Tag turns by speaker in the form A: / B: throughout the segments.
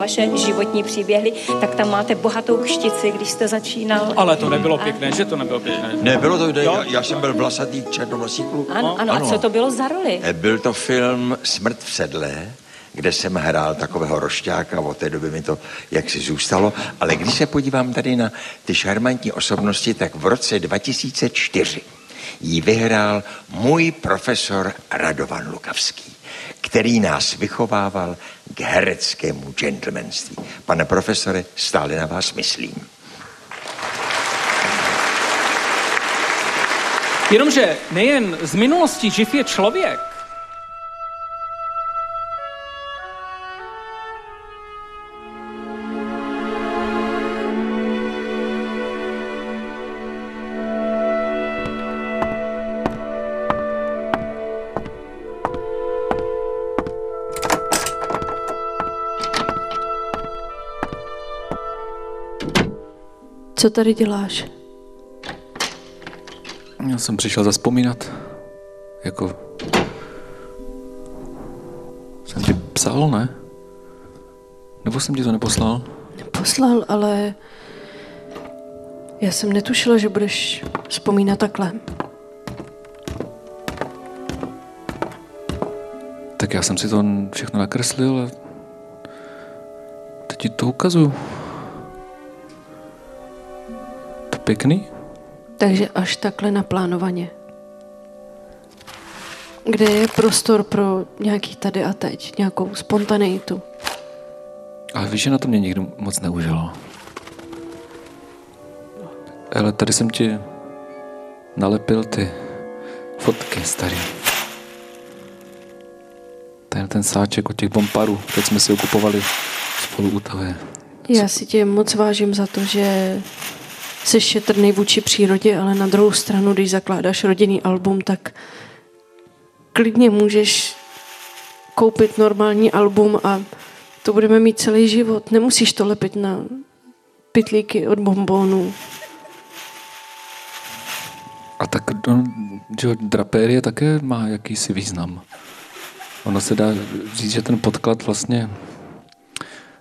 A: vaše životní příběhy, tak tam máte bohatou kštici, když jste začínal.
B: Ale to nebylo pěkné, že to nebylo pěkné?
C: Nebylo to, kde
B: Jo.
C: já, já jsem byl vlasatý černovlasý kluk.
A: Ano, ano, a
C: Ano.
A: co to bylo za roli?
C: Eh, Byl to film Smrt v sedle, kde jsem hrál takového rošťáka, od té doby mi to jaksi zůstalo, ale když se podívám tady na ty šarmantní osobnosti, tak v roce 2004 ji vyhrál můj profesor Radovan Lukavský, který nás vychovával k hereckému gentlemanství. Pane profesore, stále na vás myslím.
B: Jenomže nejen z minulosti živ je člověk.
D: Co tady děláš?
E: Já jsem přišel zaspomínat. Jako... Jsem ti psal, ne? Nebo jsem ti to neposlal?
D: Poslal, ale já jsem netušila, že budeš vzpomínat takhle.
E: Tak já jsem si to všechno nakreslil a teď ti to ukazuju. To pěkný?
D: Takže až takhle naplánovaně. Kde je prostor pro nějaký tady a teď, nějakou spontaneitu.
E: Ale víš, že na to mě nikdo moc neužil. Ale tady jsem ti nalepil ty fotky starý. Ten, ten sáček od těch bomparů, teď jsme si ho kupovali spolu u tebe.
D: Já si tě moc vážím za to, že jsi šetrný vůči přírodě, ale na druhou stranu, když zakládáš rodinný album, tak klidně můžeš koupit normální album a to budeme mít celý život. Nemusíš to lepit na pitlíky od bombónů.
E: A tak no, že jo, draperie také má jakýsi význam. Ono se dá říct, že ten podklad vlastně...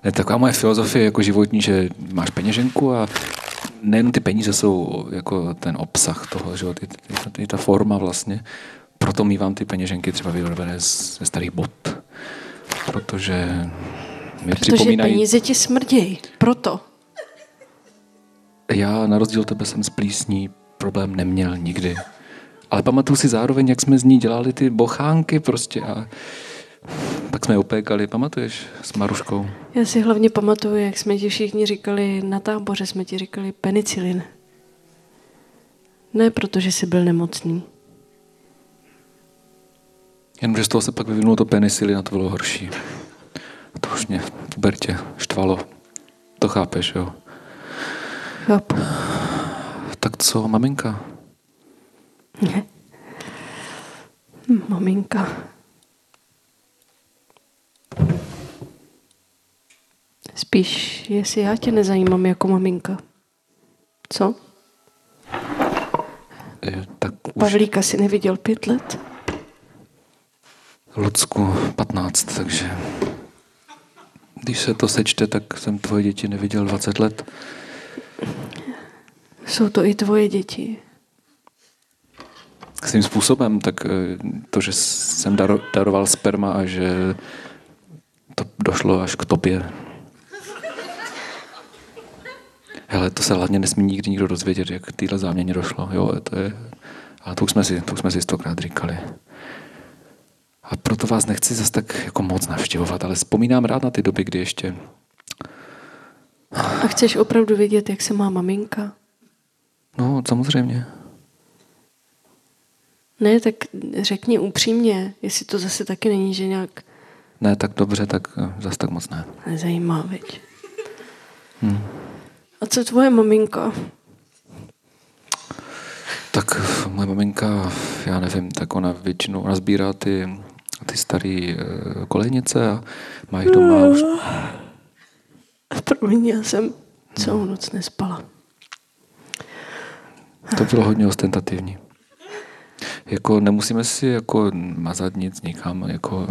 E: Ne, taková moje filozofie jako životní, že máš peněženku a nejenom ty peníze jsou jako ten obsah toho, že jo, i, i, i ta forma vlastně. Proto mývám ty peněženky třeba vyrobené z- ze starých bot. Protože mi
D: Protože
E: připomínají...
D: peníze ti smrdějí. Proto.
E: Já na rozdíl od tebe jsem s plísní problém neměl nikdy. Ale pamatuju si zároveň, jak jsme z ní dělali ty bochánky prostě a pak jsme je opékali, pamatuješ, s Maruškou.
D: Já si hlavně pamatuju, jak jsme ti všichni říkali, na táboře jsme ti říkali penicilin. Ne protože jsi byl nemocný.
E: Jenomže z toho se pak vyvinulo to penisily, na to bylo horší. A to už mě v pubertě štvalo. To chápeš, jo.
D: Chápu.
E: Tak co, maminka?
D: Ne. Maminka. Spíš, jestli já tě nezajímám jako maminka. Co?
E: E, tak už
D: Pavlíka si neviděl pět let?
E: Lucku 15, takže když se to sečte, tak jsem tvoje děti neviděl 20 let.
D: Jsou to i tvoje děti.
E: svým způsobem, tak eh, to, že jsem daro, daroval sperma a že to došlo až k tobě. Hele, to se hlavně nesmí nikdy nikdo dozvědět, jak k téhle záměně došlo. Jo, to je, ale to už jsme si, to už jsme si stokrát říkali. A proto vás nechci zas tak jako moc navštěvovat, ale vzpomínám rád na ty doby, kdy ještě...
D: A chceš opravdu vědět, jak se má maminka?
E: No, samozřejmě.
D: Ne, tak řekni upřímně, jestli to zase taky není, že nějak
E: Ne, tak dobře, tak eh, zas tak moc ne.
D: nezajímá, viď? Hmm. A co tvoje maminka?
E: Tak moje maminka, já nevím, tak ona většinou, ona sbírá ty, ty staré eh, kolejnice a má jich doma už.
D: Promiň, já jsem celou noc nespala.
E: To bylo hodně ostentativní. Jako nemusíme si jako mazat nic nikam, jako...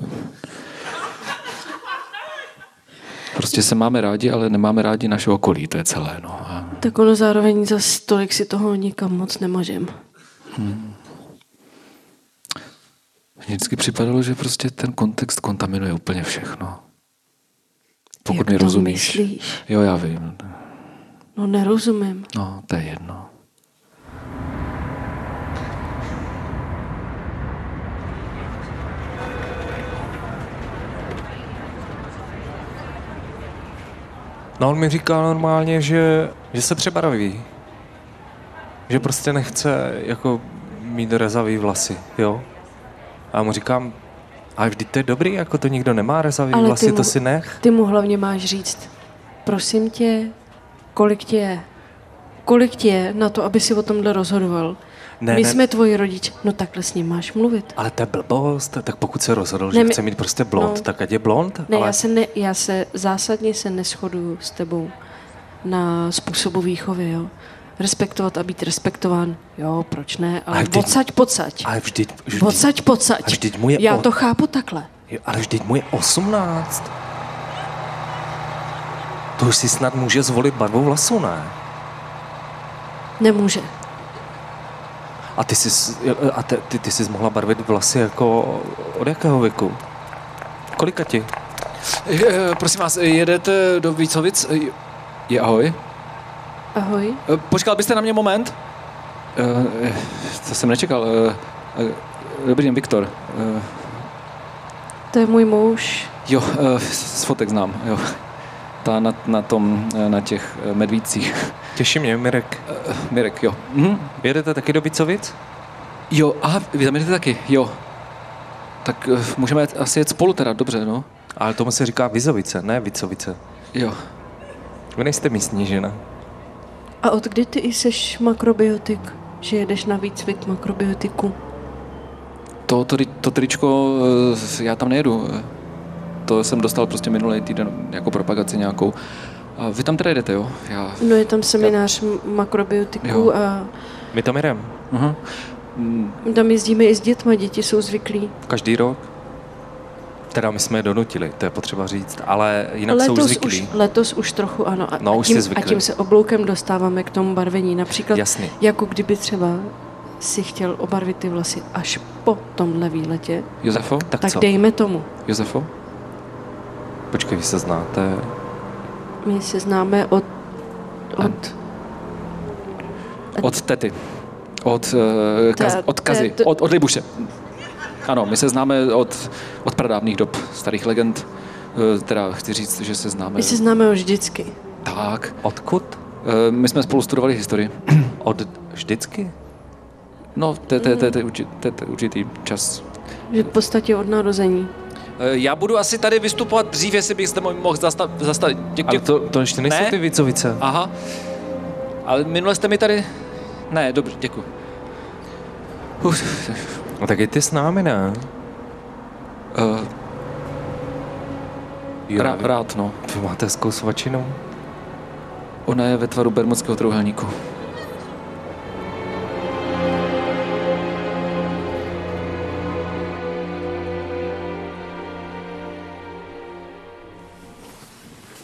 E: Prostě se máme rádi, ale nemáme rádi naše okolí, to je celé. No. A
D: Tak ono zároveň za tolik si toho nikam moc nemažem.
E: mně vždycky připadalo, že prostě ten kontext kontaminuje úplně všechno. Pokud
D: Jak
E: mi
D: to
E: rozumíš.
D: myslíš?
E: Jo, já vím.
D: No nerozumím.
E: No, to je jedno.
F: No on mi říká normálně, že, že se přebarví. Že prostě nechce jako mít rezavý vlasy, jo? A já mu říkám, ale vždyť to je dobrý, jako to nikdo nemá rezavý
D: Ale ty
F: vlasy,
D: mu-
F: to si nech.
D: Ty mu hlavně máš říct, prosím tě, kolik tě je? Kolik tě je na to, aby si o tomhle rozhodoval?
F: Ne,
D: My
F: ne.
D: jsme tvoji rodič, no takhle s ním máš mluvit.
F: Ale to je blbost, tak pokud se rozhodl,
D: Ne,
F: že
D: my-
F: chce mít prostě blond,
D: no.
F: no. tak ať je blond,
D: Ne,
F: ale
D: já se, ne, já se zásadně se neschoduju s tebou na způsobu výchovy, jo. Respektovat a být respektován, jo, proč ne, ale
F: Ale
D: vždy,
F: vždyť-
D: odsaď pocať.
F: ale vždyť, vždyť,
D: Odsaď pocať.
F: ale vždyť mu je
D: já
F: o-
D: to chápu takhle.
F: Jo, Ale vždyť mu je 18. To už si snad může zvolit barvu vlasů, ne?
D: Nemůže.
F: A ty jsi, e, a te, ty, ty jsi mohla barvit vlasy jako od jakého věku? Kolika ti?
E: E, prosím vás, jedete do Vícovic? E, Je ahoj.
D: Ahoj.
E: E, Počkal byste na mě moment? E, To jsem nečekal. E, e, Dobrý den, Viktor. E,
D: To je můj muž.
E: Jo, e, z fotek znám, jo. Ta na, na tom, e, na těch e, medvídcích.
F: Těší mě, Mirek.
E: E, Mirek, jo. Mhm.
F: Jedete taky do Bicovic?
E: Jo, aha, vy tam jdete taky, jo. Tak e, můžeme jet, asi jet spolu teda, dobře, no.
F: Ale tomu se říká Vizovice, ne Vicovice.
E: Jo.
F: Vy nejste místní žena.
D: A od kdy ty jsi makrobiotik? Že jedeš na výcvik makrobiotiku?
E: To, to, ri- to tričko, eh, já tam nejedu. eh. To jsem dostal prostě minulý týden jako propagaci nějakou. A vy tam teda jdete, jo? Já...
D: No je tam seminář m- makrobiotiků
E: Jo.
D: a
F: My tam jdem.
E: Aha.
D: tam jezdíme i s dětma, děti jsou zvyklí.
F: Každý rok. Teda my jsme je donutili, to je potřeba říct. Ale jinak jsou
D: letos,
F: zvyklí.
D: už, letos už trochu ano. A,
F: No,
D: a,
F: už
D: tím,
F: jsi
D: a
F: zvyklý.
D: tím se obloukem dostáváme k tomu barvení. Například
F: Jasný.
D: jako kdyby třeba si chtěl obarvit ty vlasy až po tomhle výletě,
E: Josefo?
F: Tak,
D: tak
F: co?
D: dejme tomu.
E: Josefo?
F: Počkej, vy se znáte.
D: My se známe od... od
E: Od tety. Od, uh, kaz,
D: Ta-
E: od kazy.
D: te- to-
E: Od, od Libuše. Ano, my se známe od, od pradávných dob, starých legend. Eh, Teda chci říct, že se známe.
D: my se známe už vždycky.
E: Tak.
F: Odkud?
E: Eh, My jsme spolu studovali historii.
F: Od vždycky?
E: No, to je- to je- to je- to je určitý- to je- to je určitý čas.
D: Že v podstatě od narození.
E: Eh, Já budu asi tady vystupovat dřív, jestli bych zde mo- mohl zastavit. Zastav, děk,
F: Ale
E: děk, to...
F: to, to ještě nejsou
E: Ne.
F: ty Vicovice.
E: Aha. Ale minule jste mi tady... Ne, dobře, děkuji. Uf,
F: No tak jděte s námi, ne?
E: uh,
F: E, Jo,
E: rá,
F: vy-
E: rád, no.
F: Vy máte hezkou svačinu.
E: Ona je ve tvaru bermudského trouhelníku.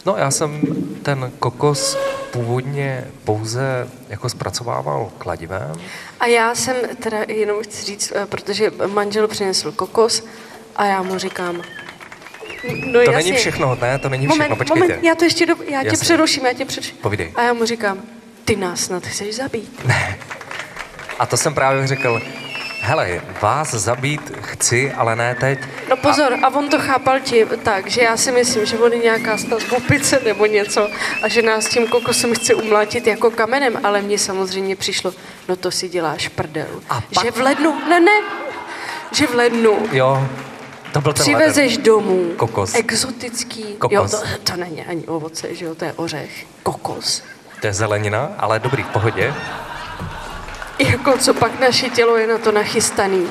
F: No já jsem ten kokos původně pouze jako zpracovával kladivem.
D: A já jsem teda jenom chci říct, eh, protože manžel přinesl kokos a já mu říkám... No
F: To
D: jasně.
F: není všechno, ne? To není všechno,
D: Moment,
F: počkejte.
D: moment, já to ještě, do, já tě
F: Jasně.
D: přeruším, já tě přeruším.
F: Povídej.
D: A já mu říkám, ty nás snad chceš zabít.
F: A to jsem právě řekl, hele, vás zabít chci, ale ne teď.
D: No pozor, a, on to chápal ti tak, že já si myslím, že on je nějaká snad opice nebo něco a že nás tím kokosem chce umlátit jako kamenem, ale mně samozřejmě přišlo, no to si děláš prdel.
F: A pak-
D: Že v lednu, ne, ne, že v lednu
F: Jo, to byl ten leden.
D: přivezeš domů
F: Kokos.
D: exotický,
F: Kokos.
D: jo, to, to není ani ovoce, že jo, to je ořech, kokos.
F: To je zelenina, ale dobrý, v pohodě.
D: Jako co pak naše tělo je na to nachystaný.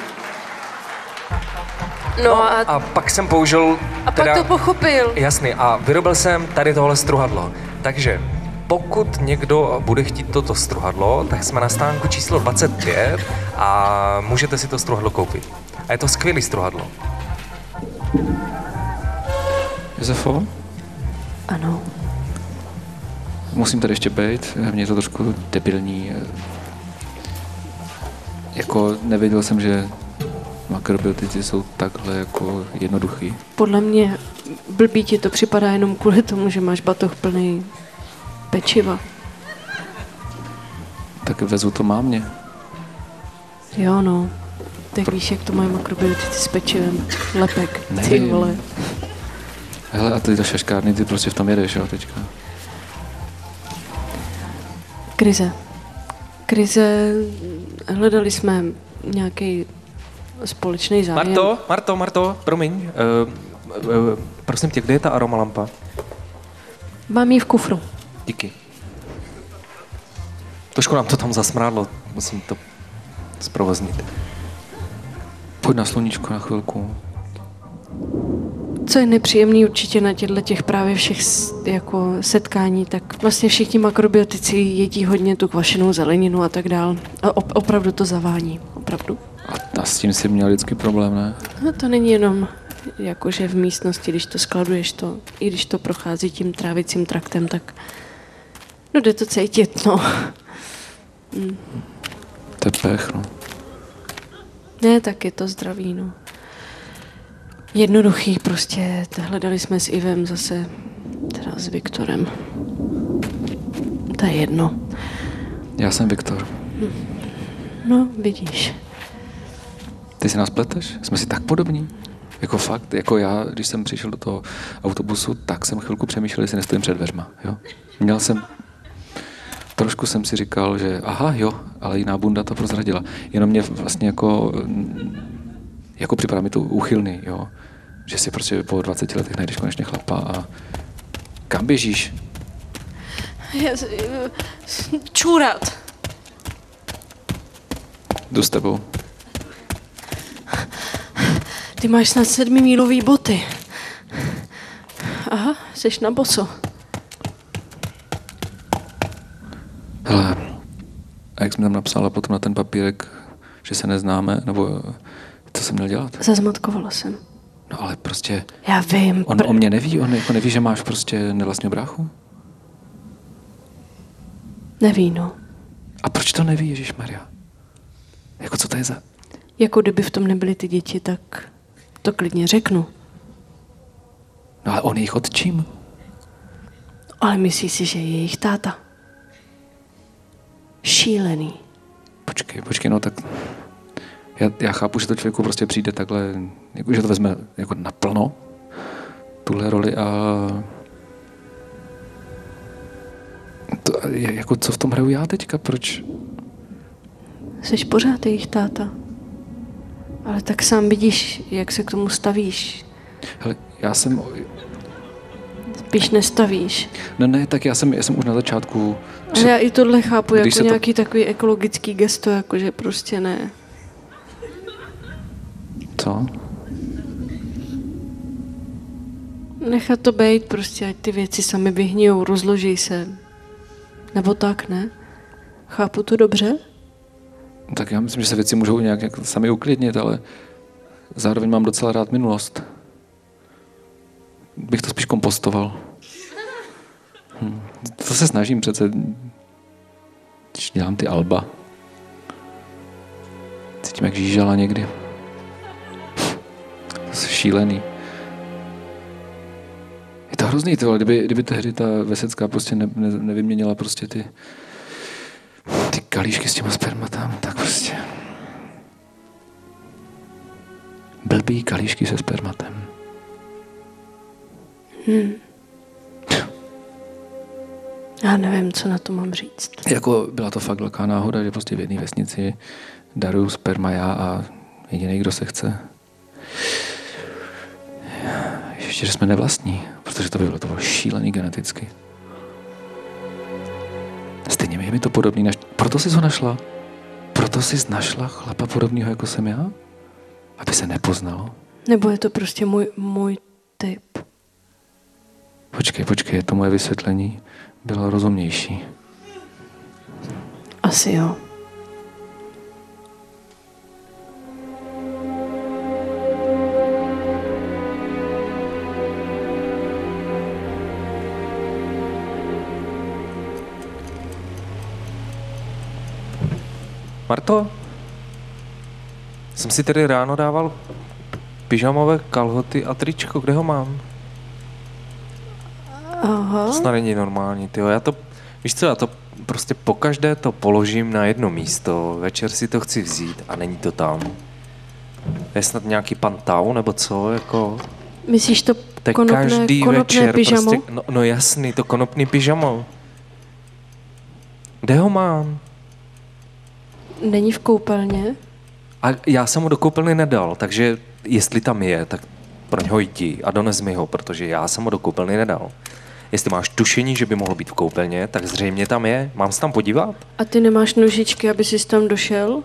D: No a,
F: A pak jsem použil
D: a pak to pochopil.
F: Jasný, a vyrobil jsem tady tohle struhadlo. Takže pokud někdo bude chtít toto struhadlo, tak jsme na stánku číslo 25 a můžete si to struhadlo koupit. A je to skvělý struhadlo.
E: Josefo?
D: Ano.
E: Musím tady ještě být, mně je to trošku debilní. Jako nevěděl jsem, že makrobiotici jsou takhle jako jednoduchý.
D: Podle mě blbý ti to připadá jenom kvůli tomu, že máš batoh plný pečiva.
E: Tak vezu to mámě.
D: Jo, no. Tak víš, jak to mají makrobiotici s pečivem. Lepek, ty
E: Nevím.
D: vole.
E: Hele, a ty ta šaškárny, ty prostě v tom jedeš, jo, teďka.
D: Krize. Krize, hledali jsme nějaký společný zájem.
F: Marto, Marto, Marto, promiň. Uh, uh, prosím tě, kde je ta aromalampa?
D: Mám ji v kufru.
F: Díky. Trošku nám to tam zasmrádlo, musím to zprovoznit.
E: Pojď na sluníčko na chvilku.
D: Co je nepříjemný určitě na těchto těch právě všech s- jako setkání, tak vlastně všichni makrobiotici jedí hodně tu kvašenou zeleninu a tak dál. A op- opravdu to zavání, opravdu.
E: A, a s tím jsi měl vždycky problém, ne?
D: No to není jenom jakože v místnosti, když to skladuješ to, i když to prochází tím trávicím traktem, tak no jde to cítit, no.
E: To je pech, no.
D: Ne, tak je to zdraví, no. Jednoduchý prostě, t- hledali jsme s Ivem zase, teda s Viktorem. To je jedno.
E: Já jsem Viktor.
D: No, vidíš.
E: Ty si nás pleteš? Jsme si tak podobní? Jako fakt, jako já, když jsem přišel do toho autobusu, tak jsem chvilku přemýšlel, jestli nestojím před dveřma. Jo? Měl jsem... Trošku jsem si říkal, že aha, jo, ale jiná bunda to prozradila. Jenom mě vlastně jako... mm, Jako připadá mi to úchylný, jo? Že si prostě po 20 letech najdeš konečně chlapa a kam běžíš?
D: Čůrat.
E: Jdu s tebou.
D: Ty máš snad sedmimílový boty. Aha, jsi na boso.
E: Hele, a jak jsem tam napsala potom na ten papírek, že se neznáme, nebo eh, co jsem měl dělat?
D: Zazmatkovala jsem.
E: No ale prostě
D: Já vím.
E: On o mě neví, on jako neví, že máš prostě nevlastního bráchu?
D: Neví, no.
E: A proč to neví, Ježíš Maria? Jako co to je za...
D: Jako kdyby v tom nebyly ty děti, tak to klidně řeknu.
E: No ale on je jich otčím.
D: Ale myslí si, že je jejich táta. Šílený.
E: Počkej, počkej, no tak... Já, já chápu, že to člověku prostě přijde takhle, jako, že to vezme jako naplno, tuhle roli a... To, je- jako co v tom hraju já teďka, proč?
D: Jsi pořád jejich táta. Ale tak sám vidíš, jak se k tomu stavíš.
E: Hele, já jsem
D: Spíš nestavíš.
E: Ne, ne, tak já jsem, já jsem už na začátku...
D: A já i tohle chápu
E: Když
D: jako
E: se to-
D: nějaký takový ekologický gesto, jakože prostě ne.
E: Co?
D: Nechat to být prostě, ať ty věci sami vyhnijou, rozloží se. Nebo tak, ne? Chápu to dobře?
E: Tak já myslím, že se věci můžou nějak jak sami uklidnit, ale zároveň mám docela rád minulost. Bych to spíš kompostoval. Hm. To se snažím přece, když dělám ty alba. Cítím, jak žížala někdy. To je šílený. Je to hrozný, ty vole, kdyby, kdyby tehdy ta vesecká prostě ne, ne, nevyměnila prostě ty, ty kalíšky s těma spermatama, tak prostě. Blbý kalíšky se spermatem.
D: Já nevím, co na to mám říct.
E: Jako byla to fakt velká náhoda, že prostě v jedné vesnici daruju sperma já a jediný, kdo se chce. Ještě, že jsme nevlastní, protože to by bylo to bylo šílený geneticky. Stejně je mi to podobný. Naš... Proto jsi ho našla? Proto jsi našla chlapa podobného, jako jsem já? Aby se nepoznalo?
D: Nebo je to prostě můj, můj typ.
E: Počkej, počkej, to moje vysvětlení bylo rozumnější.
D: Asi jo.
F: Marto, jsem si tedy ráno dával pyžamové kalhoty a tričko, kde ho mám?
D: Aha.
F: To
D: No.
F: snad není normální, tyjo. Já to, víš co, já to prostě pokaždé to položím na jedno místo, večer si to chci vzít a není to tam. Je snad nějaký pan Tau, nebo co, jako...
D: Myslíš to
F: To je
D: konopné,
F: každý
D: konopné
F: večer
D: pyžamo?
F: prostě, no, no jasný, to konopný pyžamo. Kde ho mám?
D: Není v koupelně?
F: A já jsem mu do koupelny nedal, takže jestli tam je, tak pro něho jdi a dones mi ho, protože já jsem mu do koupelny nedal. Jestli máš tušení, že by mohlo být v koupelně, tak zřejmě tam je. Mám se tam podívat?
D: A ty nemáš nožičky, aby jsi tam došel?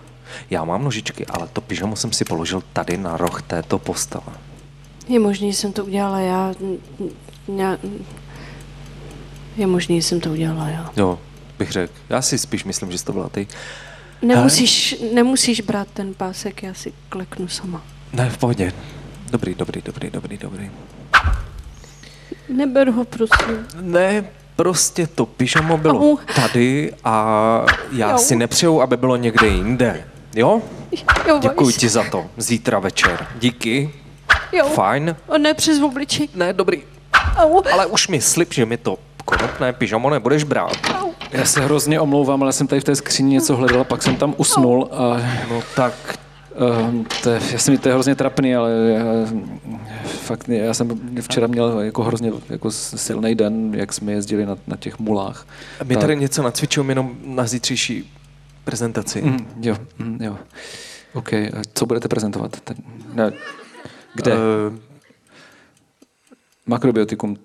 F: Já mám nožičky, ale to pyžamo jsem si položil tady na roh této postele.
D: Je možný, že jsem to udělala já. N- n- já- Je možný, že jsem to udělala já.
F: Jo, bych řekl. Já si spíš myslím, že jsi to byla ty.
D: Nemusíš, nemusíš brát ten pásek, já si kleknu sama.
F: Ne, v pohodě. Dobrý, dobrý, dobrý, dobrý, dobrý.
D: Neber ho, prosím.
F: Ne, prostě to pyžamo bylo
D: Au.
F: tady a já
D: Jo.
F: si nepřeju, aby bylo někde jinde. Jo?
D: Jo,
F: Děkuji
D: Vojs.
F: ti za to. Zítra večer. Díky.
D: Jo.
F: Fajn.
D: O ne, přes obličej.
F: Ne, dobrý.
D: Au.
F: Ale už mi slib, že mi to konopné pyžamo nebudeš brát.
E: Já se hrozně omlouvám, ale jsem tady v té skříni něco hledal, pak jsem tam usnul a
F: No tak,
E: Ehm, to je, já jsem, to je hrozně trapný, ale já, fakt, já jsem včera měl jako hrozně jako silný den, jak jsme jezdili na, na těch mulách.
F: my
E: Tak.
F: tady něco nacvičujeme jenom na zítřejší prezentaci. Eh,
E: Mm, jo, mm, jo. OK, a co budete prezentovat? Tady- Ne, kde? Uh,
F: Eh,
E: Makrobiotikum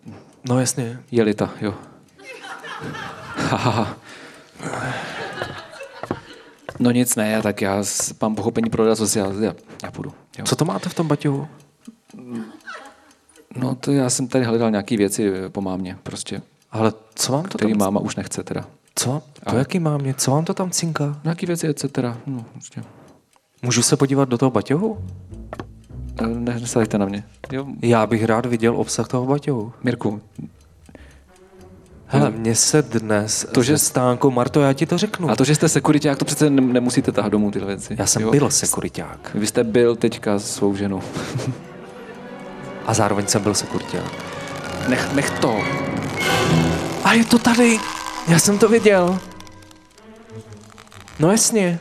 F: no jasně.
E: jelita, jo. Hahaha. no nic, ne, tak já s- mám pochopení prodat, co si já, já, já půjdu. Jo.
F: Co to máte v tom baťohu?
E: No to já jsem tady hledal nějaký věci eh, po mámě, prostě,
F: Ale co vám to
E: který
F: tam...
E: máma už nechce teda. No
F: Co? To jaký mám mě? Co vám to tam cinká?
E: Nějaký věci, etc. No, prostě.
F: Můžu se podívat do toho baťohu?
E: Eh, Ne, nesajte na mě. Jo,
F: Já bych rád viděl obsah toho baťohu.
E: Mirku,
F: Hele, mně se dnes to, že stánku, Marto, já ti to řeknu.
E: a to, že jste sekuriták, to přece nem- nemusíte tahat domů tyhle věci.
F: Já jsem
E: jo?
F: byl sekuriták.
E: Vy jste byl teďka s svou ženou.
F: A zároveň jsem byl sekuriták.
E: Nech, nech to.
F: A je to tady! Já jsem to viděl. No jasně.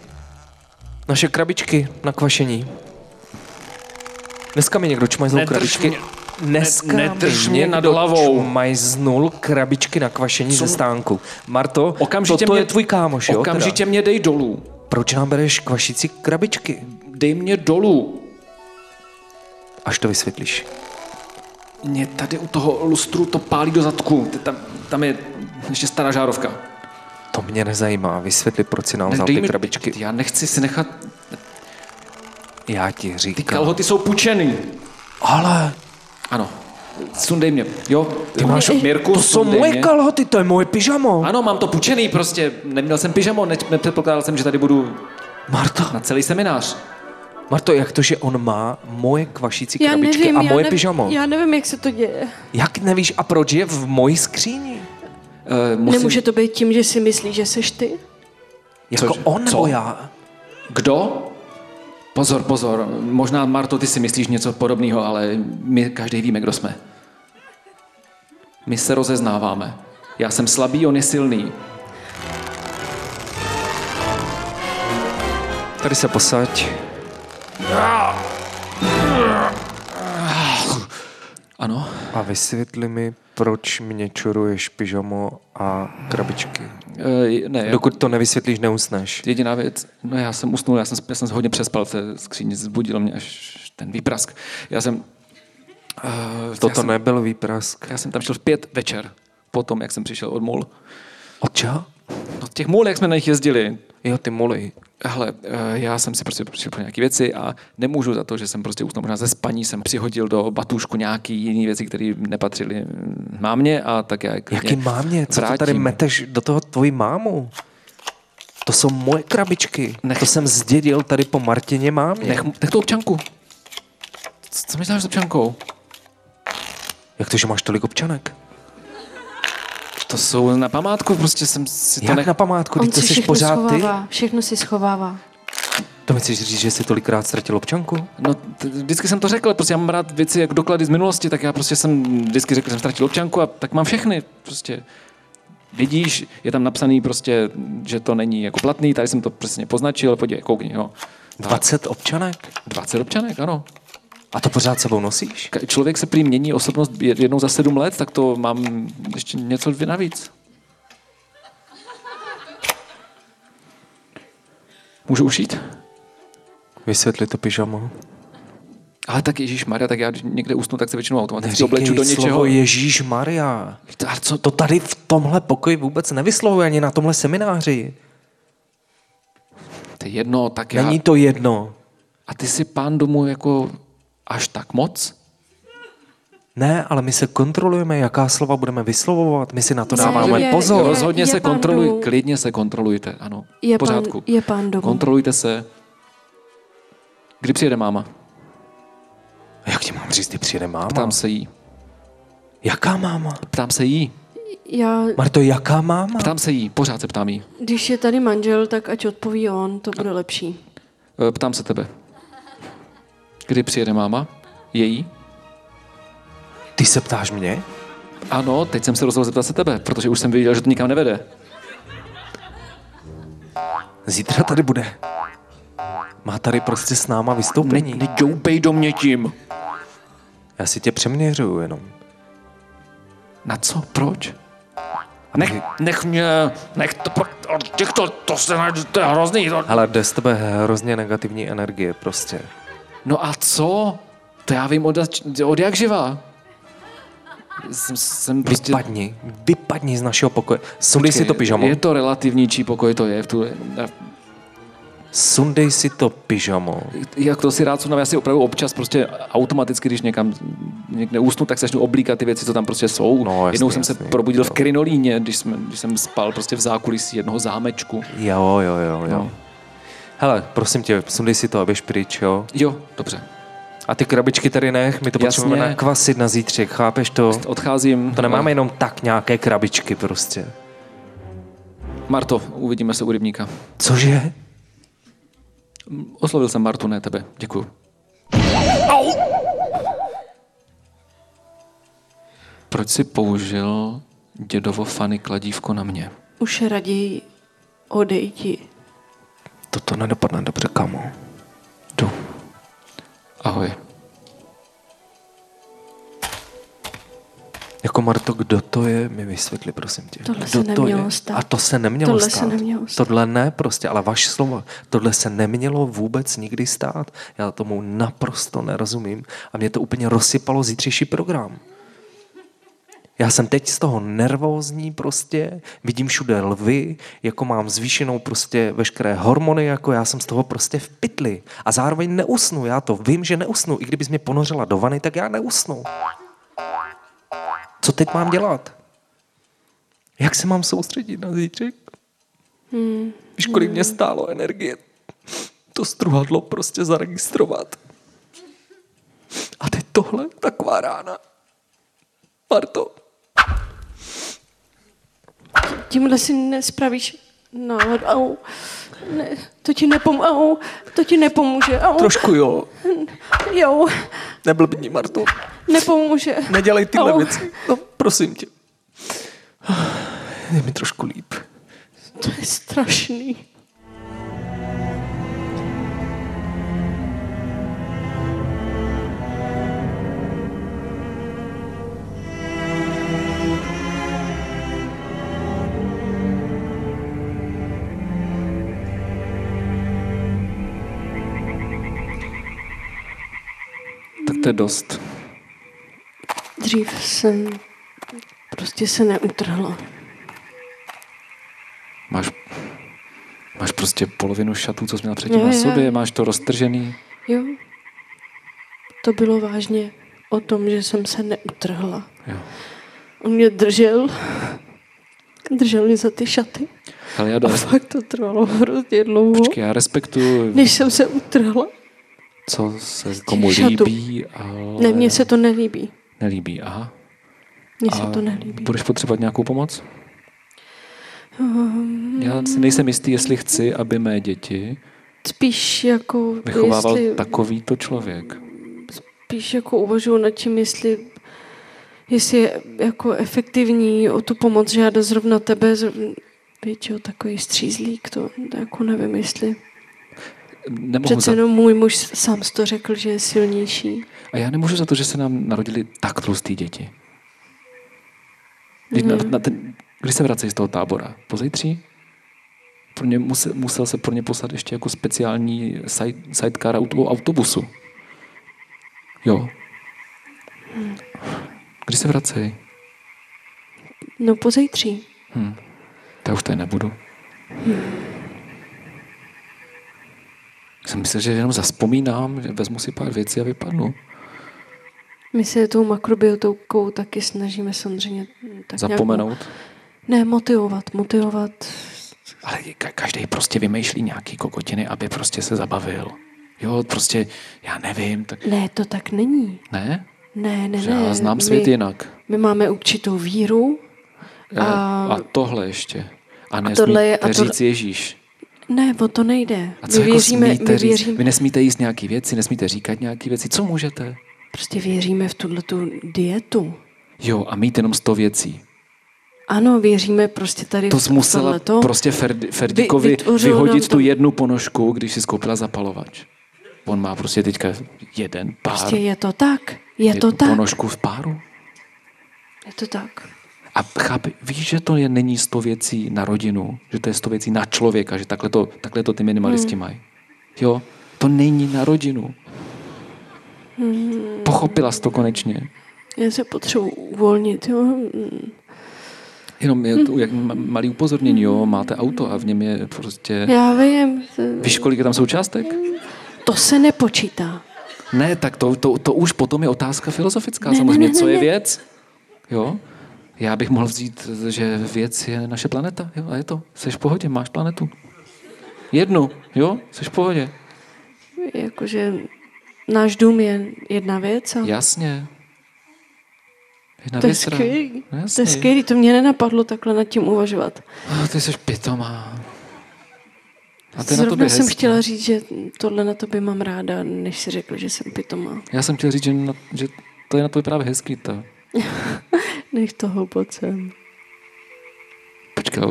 F: Naše krabičky na kvašení. Dneska mi někdo čmajznul
B: Nedrž
F: krabičky.
B: mě.
F: Dneska
B: Ne- nedrž mě nad
F: někdo
B: hlavou.
F: čmajznul krabičky na kvašení ze stánku. Marto,
E: Okamžitě
F: toto
E: mě,
F: je tvůj kámoš, jo?
E: Okamžitě mě dej dolů.
F: Teda. Proč nám bereš kvašicí krabičky?
E: Dej mě dolů.
F: Až to vysvětlíš.
E: Mě tady u toho lustru to pálí do zadku. Ty Tam, tam je ještě stará žárovka.
F: To mě nezajímá. Vysvětli, proč si nám
E: Ne,
F: vzal
E: dej
F: ty
E: mi
F: krabičky.
E: Já nechci si nechat...
F: Já ti
E: Ty
F: říkám.
E: kalhoty jsou pučený.
F: Ale
E: Ano. Sundej mě, jo? Ty
F: máš-
E: Mirku,
F: to jsou
E: sundej
F: moje
E: mě.
F: kalhoty, to je moje pyžamo.
E: Ano, mám to pučený prostě. Neměl jsem pyžamo, ne- nepředpokládal jsem, že tady budu
F: Marto,
E: na celý seminář.
F: Marto, jak to, že on má moje kvašící
D: Já
F: krabičky
D: nevím,
F: a
D: já
F: moje
D: nevím,
F: pyžamo?
D: Já nevím, jak se to děje.
F: Jak nevíš a proč je v mojí skříni?
E: Uh, musím...
D: Nemůže to být tím, že si myslí, že seš ty?
F: Jako
E: Cože?
F: on nebo
E: Co?
F: já?
E: Kdo? Pozor, pozor. Možná, Marto, ty si myslíš něco podobného, ale my každý víme, kdo jsme. My se rozeznáváme. Já jsem slabý, on je silný.
F: Tady se posaď.
E: Ano?
F: A vysvětli mi, proč mě čuruješ pyžamo a krabičky.
E: Uh, ne, Dok-
F: Dokud to nevysvětlíš, neusneš.
E: jediná věc, no já jsem usnul, já jsem, já jsem hodně přespal v té skříni, zbudilo mě až ten výprask. Já jsem... Uh, já,
F: Toto
E: jsem
F: nebyl výprask.
E: já jsem tam šel v pět večer, potom, jak jsem přišel od mol.
F: Od čeho?
E: No těch mol, jak jsme na nich jezdili,
F: Jo, ty muly.
E: Hele, eh, já jsem si prostě přišel pro nějaké věci a nemůžu za to, že jsem prostě usnul možná ze spaní, jsem přihodil do batušku nějaký jiný věci, které nepatřily mm, mámě a tak já je klidně
F: Jaký mámě? Co to
E: vrátím.
F: tady meteš do toho tvojí mámu? To jsou moje krabičky. Nech. To jsem zdědil tady po Martině mámě.
E: Nech, nech tu občanku. Co co mi děláš s občankou?
F: Jak to, že máš tolik občanek?
E: To jsou na památku, prostě jsem si to
F: Jak
E: nech...
F: na památku,
D: On
F: když to
D: si
F: jsi
D: všechno
F: pořád ty?
D: schovává. Všechno si schovává.
F: To mi chceš říct, že jsi tolikrát ztratil občanku?
E: No, t- vždycky jsem to řekl, prostě já mám rád věci jak doklady z minulosti, tak já prostě jsem vždycky řekl, že jsem ztratil občanku a tak mám všechny, prostě. Vidíš, je tam napsaný prostě, že to není jako platný, tady jsem to přesně poznačil, podívej, koukni, no.
F: 20 občanek?
E: 20 občanek, ano.
F: A to pořád sebou nosíš?
E: Ka- Člověk se prý mění osobnost je- jednou za sedm let, tak to mám ještě něco dvě navíc. Můžu ušít?
F: Vysvětli to pyžamo.
E: Ale tak Ježíš Maria, tak já když někde usnu, tak se většinou automaticky obleču do něčeho.
F: Ježíš Maria.
E: A co
F: To tady v tomhle pokoji vůbec nevyslovuje ani na tomhle semináři.
E: To je jedno, tak já...
F: Není to jedno.
E: A ty si pán domu jako až tak moc?
F: Ne, ale my se kontrolujeme, jaká slova budeme vyslovovat, my si na to
D: Ne,
F: dáváme
D: je-
F: pozor.
D: je-
E: Rozhodně
D: je
E: se
D: pán
E: kontroluj,
D: domů.
E: klidně se kontrolujte, ano.
D: Je
E: v pořádku.
D: pán- je pán domů.
E: Kontrolujte se. Kdy přijede máma?
F: Jak ti mám říct, ty přijede máma?
E: Ptám se jí.
F: Jaká máma?
E: Ptám se jí.
D: Já,
F: Marto, jaká máma?
E: Ptám se jí. Pořád se ptám jí.
D: když je tady manžel, tak ať odpoví on, to bude lepší.
E: E, Ptám se tebe. Kdy přijede máma? Její?
F: Ty se ptáš mě?
E: Ano, teď jsem se rozhodl zeptat se tebe, protože už jsem viděl, že to nikam nevede.
F: Zítra tady bude. Má tady prostě s náma
E: Ne,
F: vystoupení.
E: neďoupej do mě tím.
F: Já si tě přeměřuju jenom.
E: Na co? Proč? Nech, nech mě, nech to, pro, těchto, to se najde, to je hrozný. To,
F: Hele, jde z tebe hrozně negativní energie prostě.
E: No a co? To já vím od, od jak živá. Jsem, jsem prostě...
F: Vypadni, vypadni z našeho pokoje. Sundej si to pyžamo.
E: Je to relativní, čí pokoj to je. V tu,
F: Sundej si to pyžamo.
E: jak to si rád sundám, já si opravdu občas prostě automaticky, když někam někde usnu, tak se začnu oblíkat ty věci, co tam prostě jsou.
F: No, jasný,
E: Jednou jsem se
F: jasný,
E: probudil v
F: jo.
E: krinolíně, když, jsme, když jsem spal prostě v zákulisí jednoho zámečku.
F: Jo, jo, jo, jo.
E: No.
F: Hele, prosím tě, sundej si to a běž pryč, jo.
E: Jo, dobře.
F: A ty krabičky tady nech, my to
E: Jasně.
F: potřebujeme nakvasit na zítřek, chápeš to? No.
E: Odcházím.
F: To nemáme jenom tak nějaké krabičky prostě.
E: Marto, uvidíme se u rybníka.
F: Cože?
E: Oslovil jsem Martu, ne tebe. Děkuju. Proč si použil dědovo fany kladívko na mě?
D: Už raději odejdi.
F: Toto nedopadne dobře, kamo.
E: Jdu. Ahoj.
F: Jako Marto, kdo to je, mi vysvětli, prosím tě.
D: Tohle
F: kdo
D: se nemělo stát.
F: A to se nemělo
D: Tohle se
F: stát.
D: nemělo stát.
F: Tohle ne prostě, ale vaše slova. Tohle se nemělo vůbec nikdy stát. Já tomu naprosto nerozumím a mě to úplně rozsypalo zítřejší program. Já jsem teď z toho nervózní prostě, vidím všude lvy, jako mám zvýšenou prostě veškeré hormony, jako já jsem z toho prostě v pytli. A zároveň neusnu, já to vím, že neusnu. I kdybys mě ponořila do vany, tak já neusnu. Co teď mám dělat? Jak se mám soustředit na zítřek? Hmm. Víš, kolik mě stálo energie to struhadlo prostě zaregistrovat. A teď tohle, taková rána. Marto,
D: Tímhle si nespravíš náladu. Au. Ne, to ti nepom... Au. To ti nepomůže. Au.
F: trošku jo.
D: Jo.
F: Neblbni, Marto.
D: Nepomůže.
F: Nedělej tyhle
D: Au.
F: věci. No, prosím tě. Je mi trošku líp.
D: To je strašný.
E: Tak to je dost.
D: Dřív jsem prostě se neutrhla.
E: Máš, máš prostě polovinu šatů, co jsi měla předtím
D: Jo,
E: na
D: jo.
E: sobě, máš to roztržený.
D: Jo. To bylo vážně o tom, že jsem se neutrhla.
E: Jo.
D: On mě držel. Držel mě za ty šaty.
E: Ale já,
D: A
E: do-
D: fakt to trvalo hrozně dlouho,
E: počkej, já respektuju,
D: než jsem se utrhla.
E: co se komu
D: šatů.
E: líbí, ale
D: Ne, mně se to nelíbí.
E: nelíbí. Aha.
D: Mně se to nelíbí.
E: Budeš potřebovat nějakou pomoc? Já si nejsem jistý, jestli chci, aby mé děti
D: spíš jako,
E: vychovával
D: jestli,
E: takovýto člověk.
D: spíš jako uvažuji nad tím, jestli, jestli je jako efektivní o tu pomoc žádat zrovna tebe, zrovna, víš, jo, takový střízlík, to jako nevím, jestli.
E: Nemohu
D: Přece
E: za,
D: jenom můj muž sám si to řekl, že je silnější.
E: a já nemůžu za to, že se nám narodili tak tlustý děti. Když, na, na ten, když se vracejí z toho tábora? Pozejtří? Pro ně musel, musel se pro ně poslat ještě jako speciální side, sidecar aut, autobusu. Jo.
D: Hm.
E: Když se vracejí?
D: No pozejtří.
E: To já už tady nebudu. Jsem myslel, že jenom zaspomínám, že vezmu si pár věcí a vypadnu.
D: My se tou makrobiotou taky snažíme samozřejmě tak Nějak,
E: Zapomenout.
D: ne, motivovat, motivovat.
E: Ale ka- každý prostě vymýšlí nějaký kokotiny, aby prostě se zabavil. Jo, prostě, já nevím, tak
D: Ne, to tak není.
E: ne?
D: Ne, ne,
E: Že
D: ne.
E: já znám svět
D: my,
E: jinak.
D: My máme určitou víru.
E: A,
D: A-
E: Eh, a tohle ještě. A
D: tohle je-
E: nesmíte
D: a to-
E: říct Ježíš.
D: Ne, o to nejde.
E: A co
D: my
E: jako
D: věříme,
E: smíte
D: my
E: říct?
D: věříme,
E: Vy nesmíte jíst nějaký věci, nesmíte říkat nějaký věci. Co můžete?
D: prostě věříme v tuhle tu dietu.
E: Jo, a mít jenom sto věcí.
D: Ano, věříme prostě tady
E: To
D: v
E: jsi musela
D: tohleto.
E: prostě Ferdi- Ferdikovi
D: vytvořil
E: vyhodit
D: nám
E: tu
D: to-
E: jednu ponožku, když si skoupila zapalovač. On má prostě teďka jeden pár.
D: Prostě je to tak. Je to
E: jednu
D: tak.
E: Ponožku v páru.
D: Je to tak.
E: A chápe, víš, že to je, není sto věcí na rodinu, že to je sto věcí na člověka, že takhle to, takhle to ty
D: Hmm.
E: minimalisti mají. Jo, to není na rodinu.
D: Hmm.
E: Pochopila jsi to konečně.
D: Já se potřebuji uvolnit, jo. Mm.
E: Jenom je to, jak ma- malý upozornění, jo, máte auto a v něm je prostě...
D: Já vím, to-
E: Víš, kolik je tam součástek?
D: to se nepočítá.
E: Ne, tak to, to, to už potom je otázka filozofická
D: Ne,
E: samozřejmě.
D: ne, ne,
E: co
D: ne,
E: je
D: ne.
E: věc? Jo? Já bych mohl vzít, že věc je naše planeta. Jo? A je to. Seš v pohodě, máš planetu. Jednu, jo? Seš v pohodě.
D: Jakože náš dům je jedna věc a
E: Jasně. Jedna
D: to je
E: věc,
D: skvělý.
E: No,
D: To
E: jasně.
D: je skvělý, to mě nenapadlo takhle nad tím uvažovat.
E: Ah, ty jsi pitomá. A ty na
D: Zrovna
E: tobě
D: jsem
E: hezký.
D: chtěla říct, že tohle na tobě mám ráda, než si řekl, že jsem pitomá.
E: Já jsem chtěl říct, že, na, že to je na tobě právě hezký. To.
D: Nech toho, pojď sem.
E: Počkej,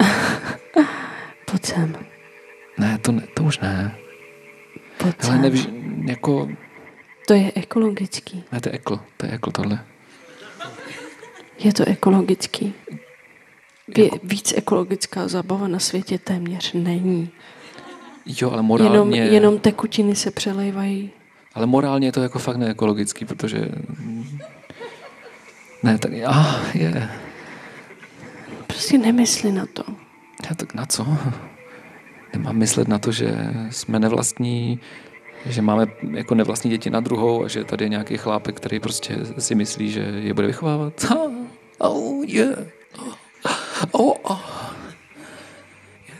D: Pojď sem.
E: ne, to, ne, to už ne.
D: Pojď
E: Hele,
D: sem.
E: nevž, jako,
D: To je ekologický.
E: ne, to je ekl, to je ekl tohle.
D: Je to ekologický. Vě,
E: Jako-
D: víc ekologická zábava na světě téměř není.
E: Jo, ale morálně,
D: Jenom, jenom tekutiny se přelejvají.
E: ale morálně je to jako fakt neekologický, protože... Ne, tak ah, je.
D: Prostě nemysli na to.
E: Ne, tak na co? Nemám myslet na to, že jsme nevlastní, že máme jako nevlastní děti na druhou a že tady je nějaký chlápek, který prostě si myslí, že je bude vychovávat. Ha, oh, yeah. Oh, oh.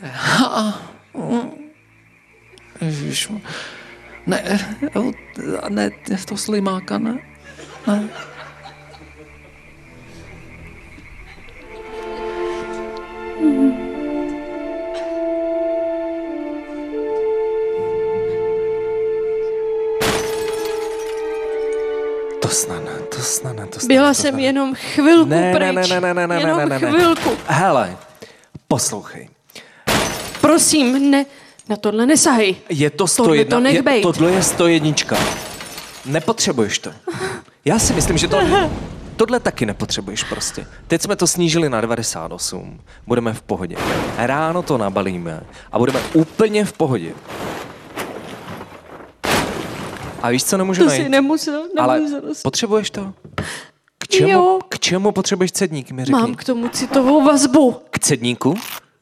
E: Yeah. Ha, mm. Ježišu. Ne, oh, ne, to slimáka, ne. ne.
F: To snad, ne, to snad, ne, to snad.
D: Byla
F: ne, to
D: jsem
F: snad.
D: jenom chvilku
F: ne, ne,
D: pryč.
F: ne, ne, ne, ne, ne,
D: jenom
F: ne, ne, ne,
D: chvilku.
F: Hele, poslouchej.
D: Prosím, ne, na tohle nesahej.
F: Je to
D: Tohle
F: 101.
D: to nech
F: je,
D: bejt.
F: tohle je 101. Nepotřebuješ to. Já si myslím, že to... Tohle taky nepotřebuješ prostě. Teď jsme to snížili na 98. Budeme v pohodě. Ráno to nabalíme a budeme úplně v pohodě. A víš, co nemůžu
D: To
F: najít?
D: si nemusel,
F: Ale
D: nemusel jsi.
F: potřebuješ to? K čemu,
D: Jo.
F: k čemu potřebuješ cedník, mi řekni.
D: Mám k tomu citovou vazbu.
F: K cedníku?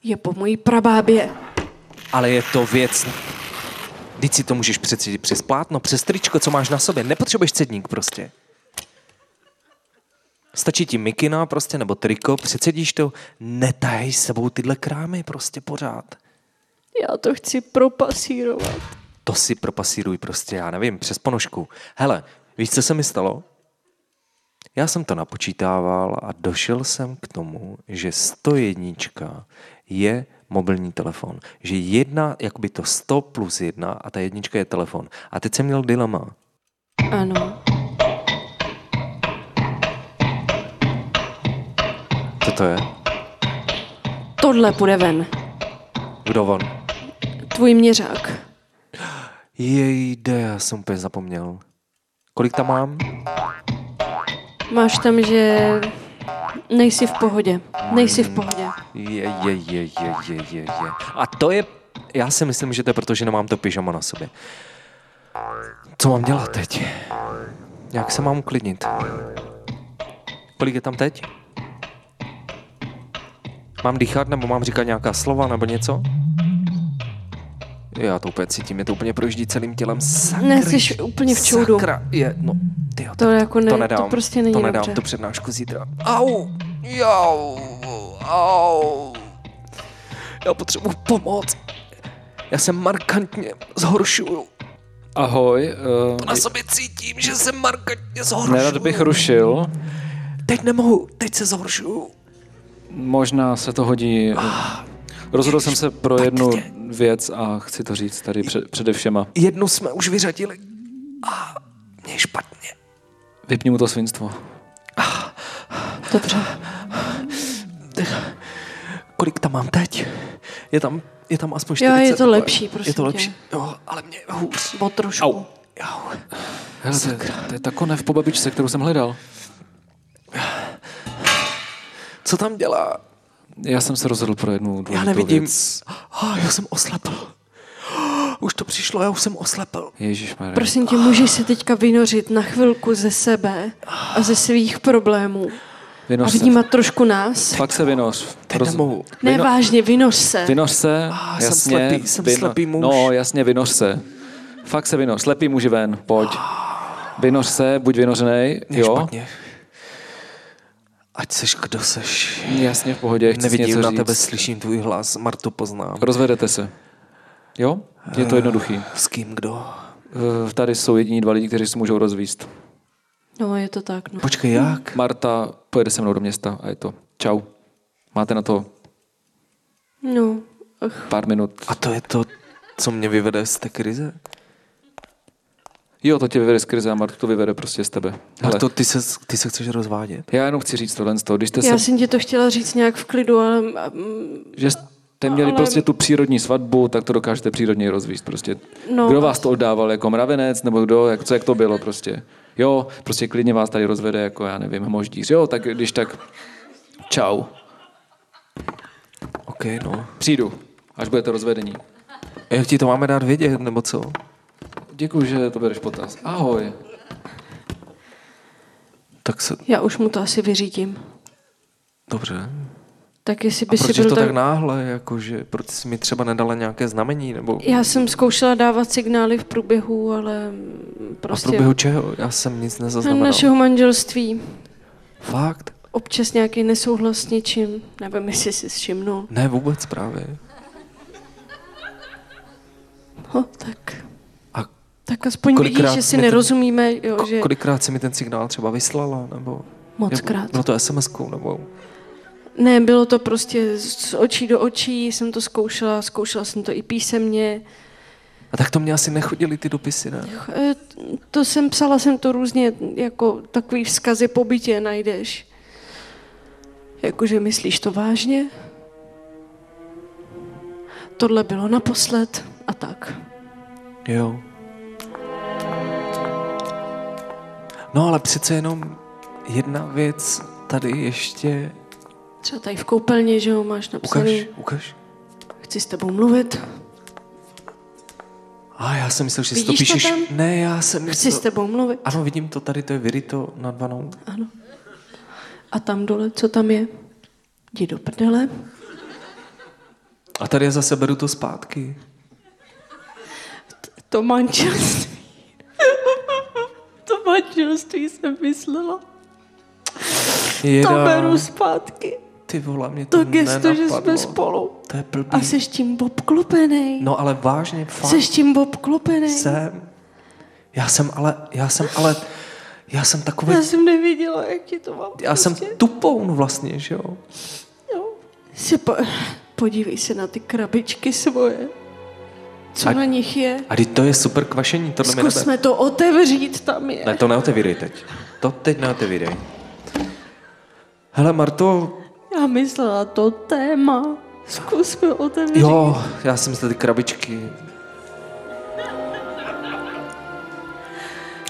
D: Je po mojí prabábě.
F: Ale je to věc... Vždyť si to můžeš přecítit přes plátno, přes tričko, co máš na sobě. Nepotřebuješ cedník prostě. Stačí ti mikina prostě, nebo triko, přecedíš to. Netahej s sebou tyhle krámy prostě pořád.
D: Já to chci propasírovat.
F: To si propasíruj prostě, já nevím, přes ponožku. Hele, víš, co se mi stalo? Já jsem to napočítával a došel jsem k tomu, že 101 je mobilní telefon. Že jedna, jakoby to 100 plus jedna a ta jednička je telefon. A teď jsem měl dilema.
D: Ano.
F: Co to je?
D: Tohle půjde ven.
F: Kdo on?
D: Tvůj měřák.
F: Jejde, já jsem úplně zapomněl. Kolik tam mám?
D: Máš tam, že nejsi v pohodě. Nejsi v pohodě.
F: Je, je, je, je, je, je, je. A to je, já si myslím, že to je proto, že nemám to pyžamo na sobě. Co mám dělat teď? Jak se mám uklidnit? Kolik je tam teď? Mám dýchat, nebo mám říkat nějaká slova, nebo něco? Já to úplně cítím, je to úplně projíždí celým tělem. Sakra,
D: Ne, jsi úplně v čoudu.
F: Sakra, je, no, tyjo,
D: To jako ne,
F: to
D: to,
F: nedám.
D: prostě není
F: to nedám,
D: dobře.
F: tu přednášku zítra. Au, jau, au. Já potřebuji pomoc. Já se markantně zhoršuju.
E: Ahoj,
F: Na sobě cítím, že se markantně
E: uh,
F: zhoršuju.
E: nerad bych rušil.
F: Teď nemohu, teď se zhoršuju.
E: Možná se to hodí.
F: Ah,
E: Rozhodl jsem se pro jednu
F: patrně.
E: věc a chci to říct tady před, přede všema.
F: Jednu jsme už vyřadili. A mě je špatně.
E: Vypni mu to svinstvo.
D: Dobře.
F: Kolik tam mám teď? Je tam, je tam aspoň
D: Jo,
F: 40.
D: je to
F: nebo-
D: lepší,
F: Je
D: prosím
F: to
D: tě.
F: lepší, jo, ale mě je hůř.
D: O trošku. Au.
F: Jau.
E: Hele, to, je- to je ta konev po babičce, kterou jsem hledal.
F: Co tam dělá?
E: Já jsem se rozhodl pro jednu
F: Já
E: důležitou
F: nevidím.
E: Věc.
F: Ah, já jsem oslepl. Ah, Už to přišlo, já už jsem oslepl.
E: Ježišmarja.
D: Prosím tě, můžeš se teďka vynořit na chvilku ze sebe a ze svých problémů
F: No
D: a
E: Vynoř se.
D: vnímat trošku nás?
E: Fakt se vynoř.
F: Teď nemohu.
D: Ne,
E: Vyno-
D: vážně, vynoř se.
E: Vynoř se,
F: Ah, jsem
E: jasně.
F: slepý, jsem slepý muž.
E: No, jasně, vynoř se. Fakt se vynoř. Slepý muži ven, pojď. Vynoř se, buď vynořenej,
F: Mě Ah. je
E: jo.
F: špatně. Ať seš, kdo seš.
E: Jasně, v pohodě, chci si
F: Nevidím
E: něco
F: na
E: říct.
F: tebe, slyším tvůj hlas, Marto poznám.
E: Rozvedete se. Jo? Je to jednoduchý.
F: S kým kdo?
E: Eh, Tady jsou jediní dva lidi, kteří se můžou rozvíst.
D: No, je to tak, no.
F: Počkej, jak?
E: Marta pojede se mnou do města a je to. Čau. Máte na to
D: No, ach,
E: pár minut.
F: A to je to, co mě vyvede z té krize?
E: Jo, to tě vyvede z krize a Martu to vyvede prostě z tebe. Hele,
F: Marto, ty se, ty se chceš rozvádět?
E: já jenom chci říct tohle z toho, když jste
D: já
E: se,
D: jsem ti to chtěla říct nějak v klidu, ale mm,
E: že jste měli
D: ale-
E: prostě tu přírodní svatbu, tak to dokážete přírodně rozvíst prostě.
D: No.
E: kdo vás to oddával, jako mravenec, nebo kdo, jak, co, jak to bylo prostě. Jo, prostě klidně vás tady rozvede, jako já nevím, moždíř. Jo, tak když tak, čau,
F: OK, no.
E: přijdu, až bude to rozvedení.
F: A jak ti to máme dát vědět, nebo co?
E: Děkuji, že to bereš v potaz. Ahoj.
F: Tak se,
D: já už mu to asi vyřídím.
F: dobře.
D: Tak jestli
F: A
D: by si
F: proč je
D: byl
F: to
D: tak...
F: tak náhle, jakože, proč jsi mi třeba nedala nějaké znamení, nebo...
D: Já jsem zkoušela dávat signály v průběhu, ale mm,
F: A
D: prostě...
F: průběhu čeho? Já jsem nic nezaznamenal.
D: Našeho manželství.
F: Fakt?
D: Občas nějaký nesouhlas s něčím. Nevím, jestli jsi no. si všimnul.
F: Ne, vůbec právě.
D: No, tak...
F: A
D: Tak aspoň
F: Kolikrát
D: vidíš, že si
F: mi to-
D: nerozumíme, jo,
F: ko-
D: že
F: kolikrát si mi ten signál třeba vyslala, nebo...
D: mockrát.
F: Bylo to SMS-kou, nebo...
D: Ne, bylo to prostě z z očí do očí, jsem to zkoušela, zkoušela jsem to i písemně.
F: A tak to mě asi nechodily ty dopisy, ne?
D: Ch- eh, To jsem psala, jsem to různě, jako takový vzkazy po bytě najdeš. Jakože myslíš to vážně? Tohle bylo naposled a tak.
F: Jo. No ale přece jenom jedna věc tady ještě...
D: Třeba tady v koupelně, že jo, máš
F: Ukaž,
D: napsaný,
F: ukaž.
D: chci s tebou mluvit,
F: A já jsem myslel, že si to
D: Vidíš to
F: píšeš...
D: tam?
F: Ne, já jsem
D: chci
F: myslel...
D: s tebou mluvit.
F: Ano, vidím to tady, to je Virito nad vanou.
D: A tam dole, co tam je? Jdi do prdele.
F: A tady je zase beru to zpátky.
D: To manželství. to manželství jsem myslela. To
F: Jeda.
D: beru zpátky.
F: Ty vole, mě to,
D: To gesto, že
F: nenapadlo.
D: jsme spolu.
F: To je blbý.
D: A seš tím obklopený.
F: No ale vážně, fakt
D: Seš tím obklopený.
F: jsem. Já jsem ale, já jsem ale, já jsem takový,
D: Já jsem prostě- neviděla, jak ti to mám.
F: já jsem tupoun vlastně, že jo?
D: Jo. Jsi po... podívej se na ty krabičky svoje. Co
F: Ať-
D: na nich je?
F: A teď to je super kvašení, tohle mi nebe.
D: Zkusme to otevřít, tam je.
F: Ne, to neotevírej teď. To teď neotevírej. Hele, Marto,
D: Já myslela to téma. Zkusme otevřít.
F: jo, já jsem myslel ty krabičky.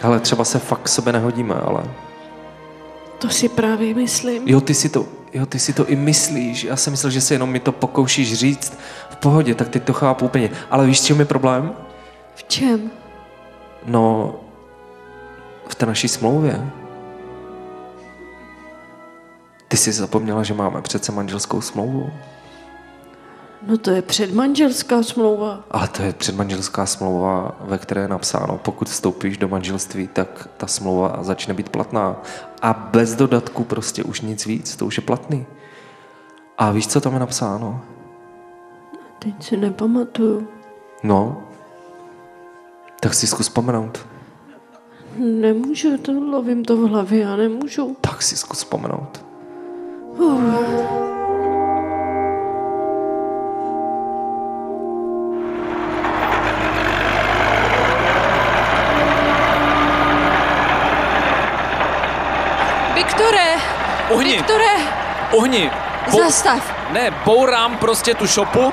F: Hele, třeba se fakt k sobě nehodíme, ale...
D: To si právě myslím.
F: Jo, ty si to, jo, ty si to i myslíš. Já jsem myslel, že se jenom mi to pokoušíš říct. V pohodě, tak teď to chápu úplně. Ale víš, v čem je problém?
D: V čem?
F: No, v té naší smlouvě. Ty jsi zapomněla, že máme přece manželskou smlouvu.
D: No to je předmanželská smlouva.
F: Ale to je předmanželská smlouva, ve které je napsáno, pokud vstoupíš do manželství, tak ta smlouva začne být platná. A bez dodatku prostě už nic víc, to už je platný. A víš, co tam je napsáno?
D: Teď si nepamatuju.
F: No, tak si zkus vzpomenout.
D: Nemůžu, to lovím to v hlavě, já nemůžu.
F: Tak si zkus vzpomenout.
G: Viktore!
B: Uhni.
G: Viktore!
B: Uhni, bo-
G: Zastav!
B: ne, bourám prostě tu šopu,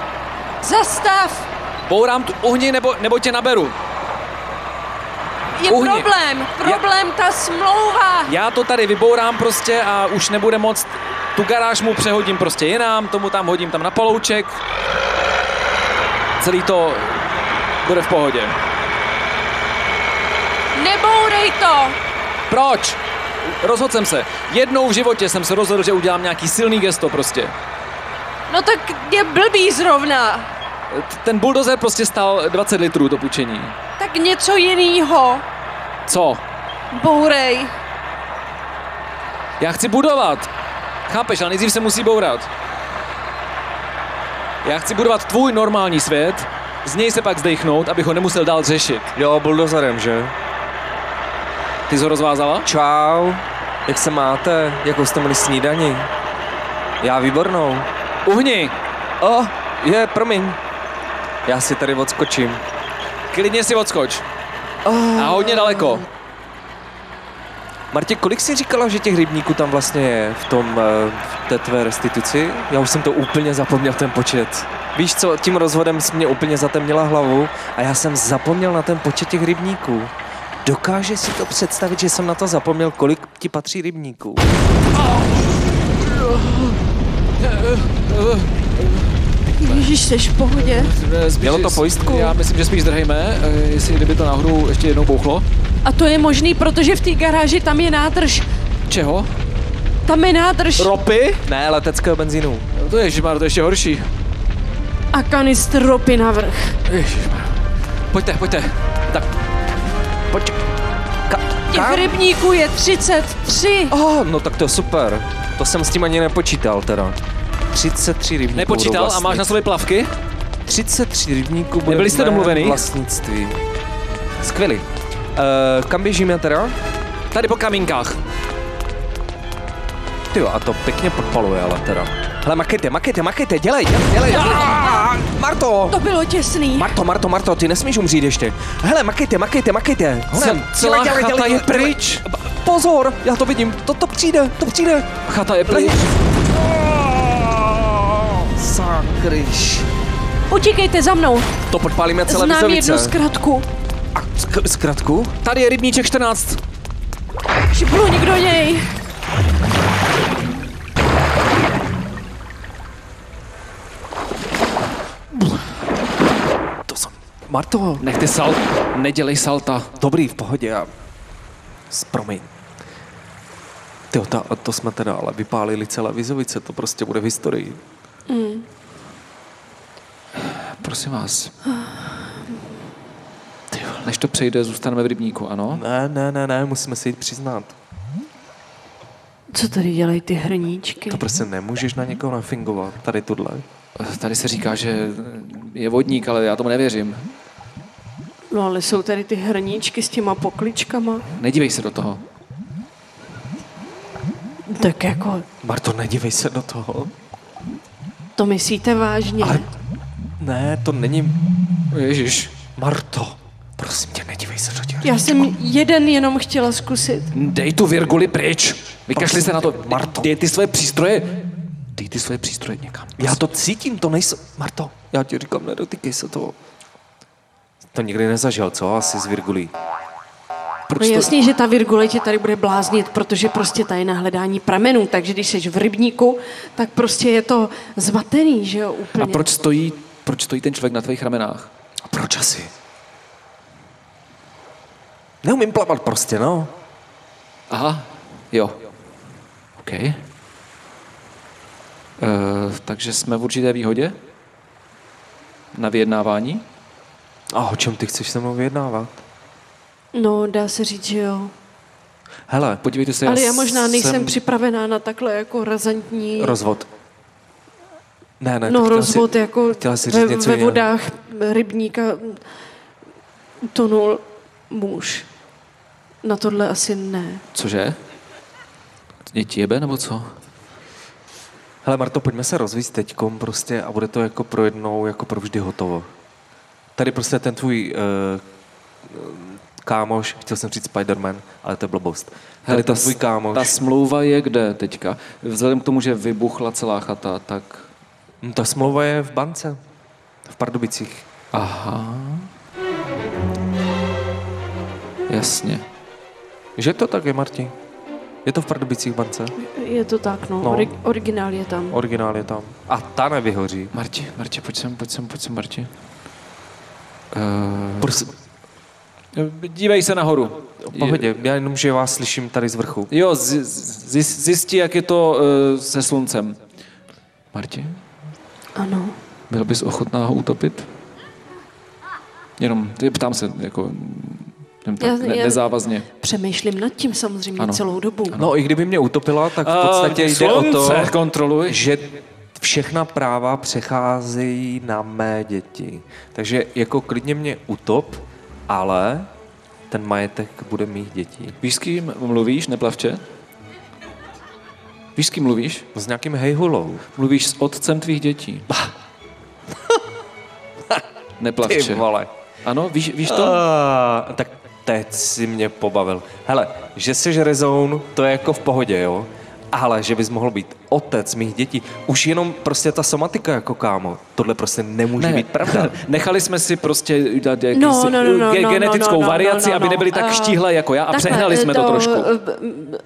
G: Zastav!
B: bourám tu uhni nebo, nebo tě naberu.
G: Je
B: Uhni.
G: problém! Problém ta smlouva!
B: Já to tady vybourám prostě a už nebude moc, tu garáž mu přehodím prostě jinam, tomu tam hodím tam na palouček. Celý to bude v pohodě.
G: Nebourej to!
B: Proč? Rozhodl jsem se. Jednou v životě jsem se rozhodl, že udělám nějaký silný gesto prostě.
G: No tak je blbý zrovna!
B: T- Ten buldozer prostě stál 20 litrů to půjčení.
G: Tak něco jinýho!
B: Co?
G: Bourej!
B: Já chci budovat. Chápeš, ale nejdřív se musí bourat. Já chci budovat tvůj normální svět, z něj se pak zdechnout, abych ho nemusel dál řešit.
F: Jo, buldozerem, že?
B: Ty jsi ho rozvázala?
F: Čau, jak se máte? Jakou jste měli snídani? Já výbornou.
B: Uhni,
F: O, je, promiň. Já si tady odskočím.
B: klidně si odskoč. A hodně daleko.
F: Martě, kolik jsi říkala, že těch rybníků tam vlastně je v tom, eh, v té tvé restituci? Já už jsem to úplně zapomněl ten počet. Víš co, tím rozvodem jsi mě úplně zatemnila hlavu a já jsem zapomněl na ten počet těch rybníků. Dokáže si to představit, že jsem na to zapomněl, kolik ti patří rybníků?
D: Ježíš, jsi v pohodě?
B: Mělo
F: to pojistku?
B: Já myslím, že spíš drhejme, eh, jestli kdyby to náhodou ještě jednou bouchlo.
D: A to je možný, protože v té garáži tam je nádrž.
B: Čeho?
D: Tam je nádrž
B: Ropy?
F: Ne, leteckého benzínu.
B: No To je, ježišmar, to je ještě horší.
D: a kanistr ropy navrch.
B: Ježišmar. Pojďte, pojďte. Tak, pojď.
G: Těch rybníků je 33!
F: Oh, no tak to je super. To jsem s tím ani nepočítal teda. 33 rybníků budou
B: Nepočítal a máš na
F: vlastnit.
B: sobě plavky?
F: 33 rybníků bude
B: Nebyli jste
F: v mém
B: domluvený?
F: vlastnictví. Skvělý. Uh, kam běžíme teda?
B: Tady po kamínkách.
F: Ty a to pěkně podpaluje, ale teda. Hele, makejte, makejte, makejte, dělej, dělej, dělej. Ah, Marto!
D: To bylo těsný.
F: Marto, Marto, Marto, ty nesmíš umřít ještě. Hele, makejte, makejte, makejte. Honem,
B: Ce- celá chata je pryč.
F: B- Pozor, já to vidím, to, to přijde, to přijde.
B: Chata je
F: Lehni.
B: pryč.
F: Sakryš.
D: Utíkejte za mnou,
F: To podpálíme celé
D: znám
F: vizovice.
D: jednu zkratku.
F: A sk- zkratku?
B: Tady je rybníček 14.
D: Šipnu někdo něj.
F: To jsem... Marto,
B: Nechte sal. Nedělej salta.
F: dobrý, v pohodě, já... S- Promiň. Tyjo, ta, to jsme teda ale vypálili celé Vizovice, to prostě bude v historii.
E: Prosím vás. Ty vole, Než to přejde, zůstaneme v rybníku, ano?
F: Ne, ne, ne, ne, musíme si jít přiznat.
D: Co tady dělají ty hrníčky?
F: To prostě nemůžeš na někoho nafingovat, tady tuhle.
B: Eh,
E: Tady se říká, že je vodník, ale já tomu nevěřím.
D: No ale jsou tady ty hrníčky s těma pokličkama.
F: Hm.
E: Nedívej se do toho.
D: Tak jako,
F: Marto, nedívej se do toho.
D: To myslíte vážně?
F: Ale ne, to není...
E: Ježíš.
F: Marto, prosím tě, nedívej se do těch.
D: Já jsem jeden jenom chtěla zkusit.
E: Dej tu virguli pryč. Vykašli se na to.
F: Marto.
E: Dej ty své přístroje. Dej ty své přístroje někam.
F: Já to cítím, to nejsou... Marto, já ti říkám, nedotýkej se toho. To nikdy nezažil, co? Asi z Virgulí.
D: No jasně, že ta virgule tě tady bude bláznit, protože prostě tady je na hledání pramenů, takže když jsi v rybníku, tak prostě je to zmatený, že jo, úplně.
E: A proč stojí, proč stojí ten člověk na tvých ramenách?
F: A proč asi? Neumím plavat prostě, no.
E: Aha, jo. OK. E, takže jsme v určité výhodě? Na vyjednávání?
F: A o čem ty chceš se mnou vyjednávat?
D: No, dá se říct, že jo.
F: Hele, pojď
E: Podívejte se,
D: Ale já možná nejsem
E: jsem-
D: připravená na takhle jako razantní...
F: rozvod. Ne, ne,
D: no,
F: tak chtěla
D: rozvod
F: si,
D: jako
F: chtěla si říct
D: ve,
F: něco
D: ve
F: jiného.
D: vodách rybníka utonul muž. Na tohle asi ne.
E: Cože? Je ti jebe, nebo co?
F: Hele, Marto, pojďme se rozvíjet teďkom prostě a bude to jako pro jednou, jako pro vždy hotovo. Tady prostě ten tvůj uh, kámoš, chtěl jsem říct Spiderman, ale to je blbost. Tady ten
E: s-
F: tvůj kámoš,
E: ta smlouva je kde teďka? Vzhledem k tomu, že vybuchla celá chata, tak...
F: No, ta smlouva je v bance, v Pardubicích.
E: Aha. Jasně.
F: Že to tak je, Marti? Je to v Pardubicích bance,
D: Je to tak, no.
F: No.
D: no. Ori- originál je tam.
F: originál je tam. A ta nevyhoří.
E: Marti, Marti, pojď sem, pojď sem, pojď sem, Marti. Uh,
F: Prosím,
B: Eh, Dívej se nahoru.
F: v pohodě, já jenom, že vás slyším tady z vrchu.
B: Jo, zi- zi- zjistí, jak je to eh, se sluncem.
E: Marti,
D: Ano.
E: byl bys ochotná ho utopit? Jenom, ty- ptám se, jako... Jen tak,
D: Jasně,
E: ne,
D: já-
E: nezávazně.
D: Přemýšlím nad tím samozřejmě
E: Ano.
D: ano. celou dobu.
F: No, i kdyby mě utopila, tak v podstatě
B: Eh,
F: jde
B: slunce.
F: o to...
B: Kontroluj.
F: že všechna práva přecházejí na mé děti. Takže jako klidně mě utop, ale ten majetek bude mých dětí.
E: Víš, s kým mluvíš, neplavče? Víš, s kým mluvíš?
F: S nějakým hejhulou.
E: Mluvíš s otcem tvých dětí.
F: Ty
E: Neplavče.
F: vole.
E: Ano, víš, víš to?
F: Uh, tak teď si mě pobavil. Hele, že jsi rezoun, to je jako v pohodě, jo? Ale že bys mohl být otec mých dětí, už jenom prostě ta somatika jako kámo, tohle prostě nemůže být pravda.
B: Nechali jsme si prostě dát jakýsi
D: No,
E: eh,
D: no, no, no,
B: ge-
D: no,
B: genetickou
D: no, no, no,
B: variaci,
D: no, no,
B: aby nebyli tak
D: eh,
B: štíhle jako já a
D: takhle,
B: přehnali jsme to,
D: eh,
B: trošku.
D: eh, b-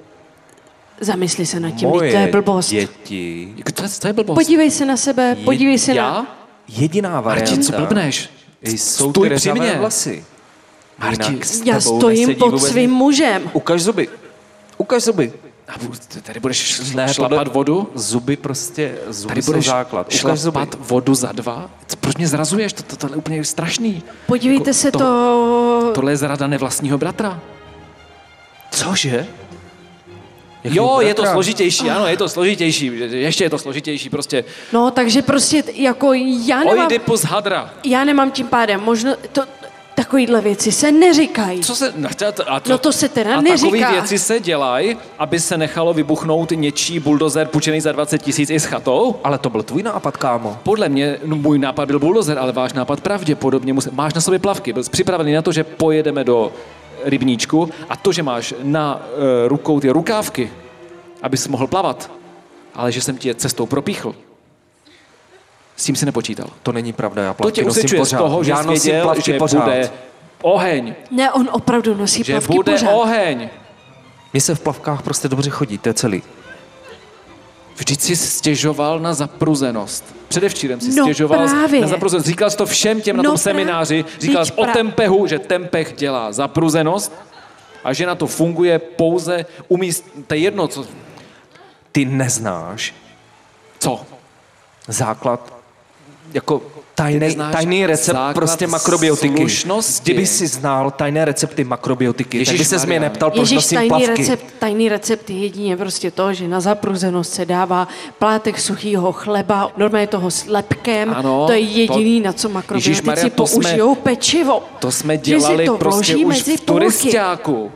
D: Zamysli se nad tím, Moje to je
F: Moje
D: blbost.
F: děti.
E: Jako To, je- to je blbost.
D: Podívej se na sebe, podívej se
E: Já?
D: na...
F: Jediná varianta.
E: Martin, co blbneš?
F: eh, Jsou
E: Stůj
F: ty vlastně.
E: při
F: rezavé
E: mně.
F: vlasy.
E: Martin,
F: Jinak s
D: Já
F: tebou
D: stojím
F: nesedí
D: pod
F: vůbec
D: svým
F: nic.
D: mužem.
F: Ukaž zuby. Ukaž zuby.
E: a bu- ty tady budeš šl-
F: Ne,
E: šlapat
F: tohle-
E: vodu?
F: Zuby prostě, zuby
E: Tady
F: jsou
E: budeš
F: základ. Ukaž zuby.
E: šlapat vodu za dva? Co- Proč mě zrazuješ? To, to, tohle je úplně strašný.
D: Podívejte se
E: toho-
D: to...
E: Tohle je zrada nevlastního bratra.
F: Cože?
B: Jo,
E: jako
B: je to složitější, ano, je to složitější, ještě je to složitější prostě.
D: No, takže prostě t- jako já nemám,
B: Oidipus hadra.
D: já nemám tím pádem možno... To, takovýhle věci se neříkají.
B: Co se, no, to- a to,
D: No to se teda
B: a takové
D: neříká.
B: věci se dělají, aby se nechalo vybuchnout něčí buldozer půjčený za 20 tisíc i s chatou?
F: Ale to byl tvůj nápad, kámo.
E: Podle mě no, můj nápad byl buldozer, ale váš nápad pravděpodobně musel... Máš na sobě plavky, byl jsi připravený na to, že pojedeme do rybníčku a to, že máš na uh, rukou ty rukávky, abys mohl plavat, ale že jsem ti je cestou propíchl. S tím si nepočítal.
F: To není pravda, já
B: To
F: plavky
B: tě
F: nosím
B: usvědčuje z
F: pořád.
B: toho, že
F: já
B: jsi
F: nosím
B: věděl,
F: plavky
B: že
F: pořád.
B: bude oheň,
D: Ne, on opravdu nosí
B: že
D: plavky
B: bude
D: pořád.
B: oheň.
F: Mně se v plavkách prostě dobře chodí, to je celý.
E: Vždyť si stěžoval na zapruzenost. Předevčírem si
D: No
E: stěžoval
D: právě.
E: na zapruzenost. Říkal jsi to všem těm na
D: No
E: tom
D: pra-
E: semináři. Říkal jsi
D: Vždyť
E: o
D: pra-
E: tempehu, že tempeh dělá zapruzenost a že na to funguje pouze umíst... To je jedno, co...
F: Ty neznáš
E: co?
F: základ jako tajný,
E: neznáš
F: tajný recept
E: základ
F: prostě makrobiotiky.
E: slušnosti.
F: Kdyby si znal tajné recepty makrobiotiky, tak by
E: Ježíš
F: se mě
E: Maria.
F: neptal, proč
D: Ježíš,
F: nosím
D: tajný
F: plavky.
D: recept, tajný recept je jedině prostě to, že na zapruzenost se dává plátek suchého chleba, normálně toho s lepkem,
E: Ano,
D: to je jediný,
E: to-
D: na co
E: Ježíš Maria,
D: makrobiotici
E: to jsme-
D: použijou pečivo.
E: To jsme
D: Že si
E: dělali
D: to
E: prostě
D: vloží
E: už
D: mezi
E: v
D: půlky.
E: turistiáku.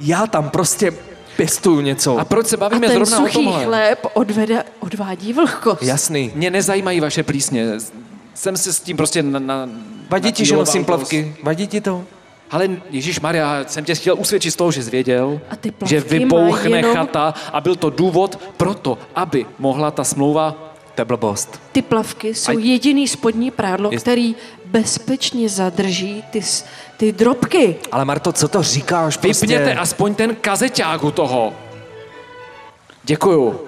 F: Já tam prostě pěstuju něco.
E: A proč se
D: A
E: bavíme
D: ten
E: zrovna o
D: suchý
E: tomhle?
D: chléb odvede, odvádí vlhkost.
F: Jasný.
E: Mě nezajímají vaše plísně. Jsem se s tím prostě na, na
F: Vadí ti, že
E: natíloval
F: nosím
E: dost.
F: plavky? Vadí ti to?
E: Ale Ježíš Maria, jsem tě chtěl usvědčit z toho, že zvěděl,
D: A ty plavky
E: že vypouchne
D: mají jenom-
E: chata a byl to důvod proto, aby mohla ta smlouva
F: To je blbost.
D: Ty plavky jsou
E: Ať-
D: jediný spodní prádlo,
F: Jest-
D: který bezpečně zadrží ty, s- ty drobky.
F: Ale Marto, co to říkáš prostě?
E: vypněte aspoň ten kazeťák u toho. Děkuju.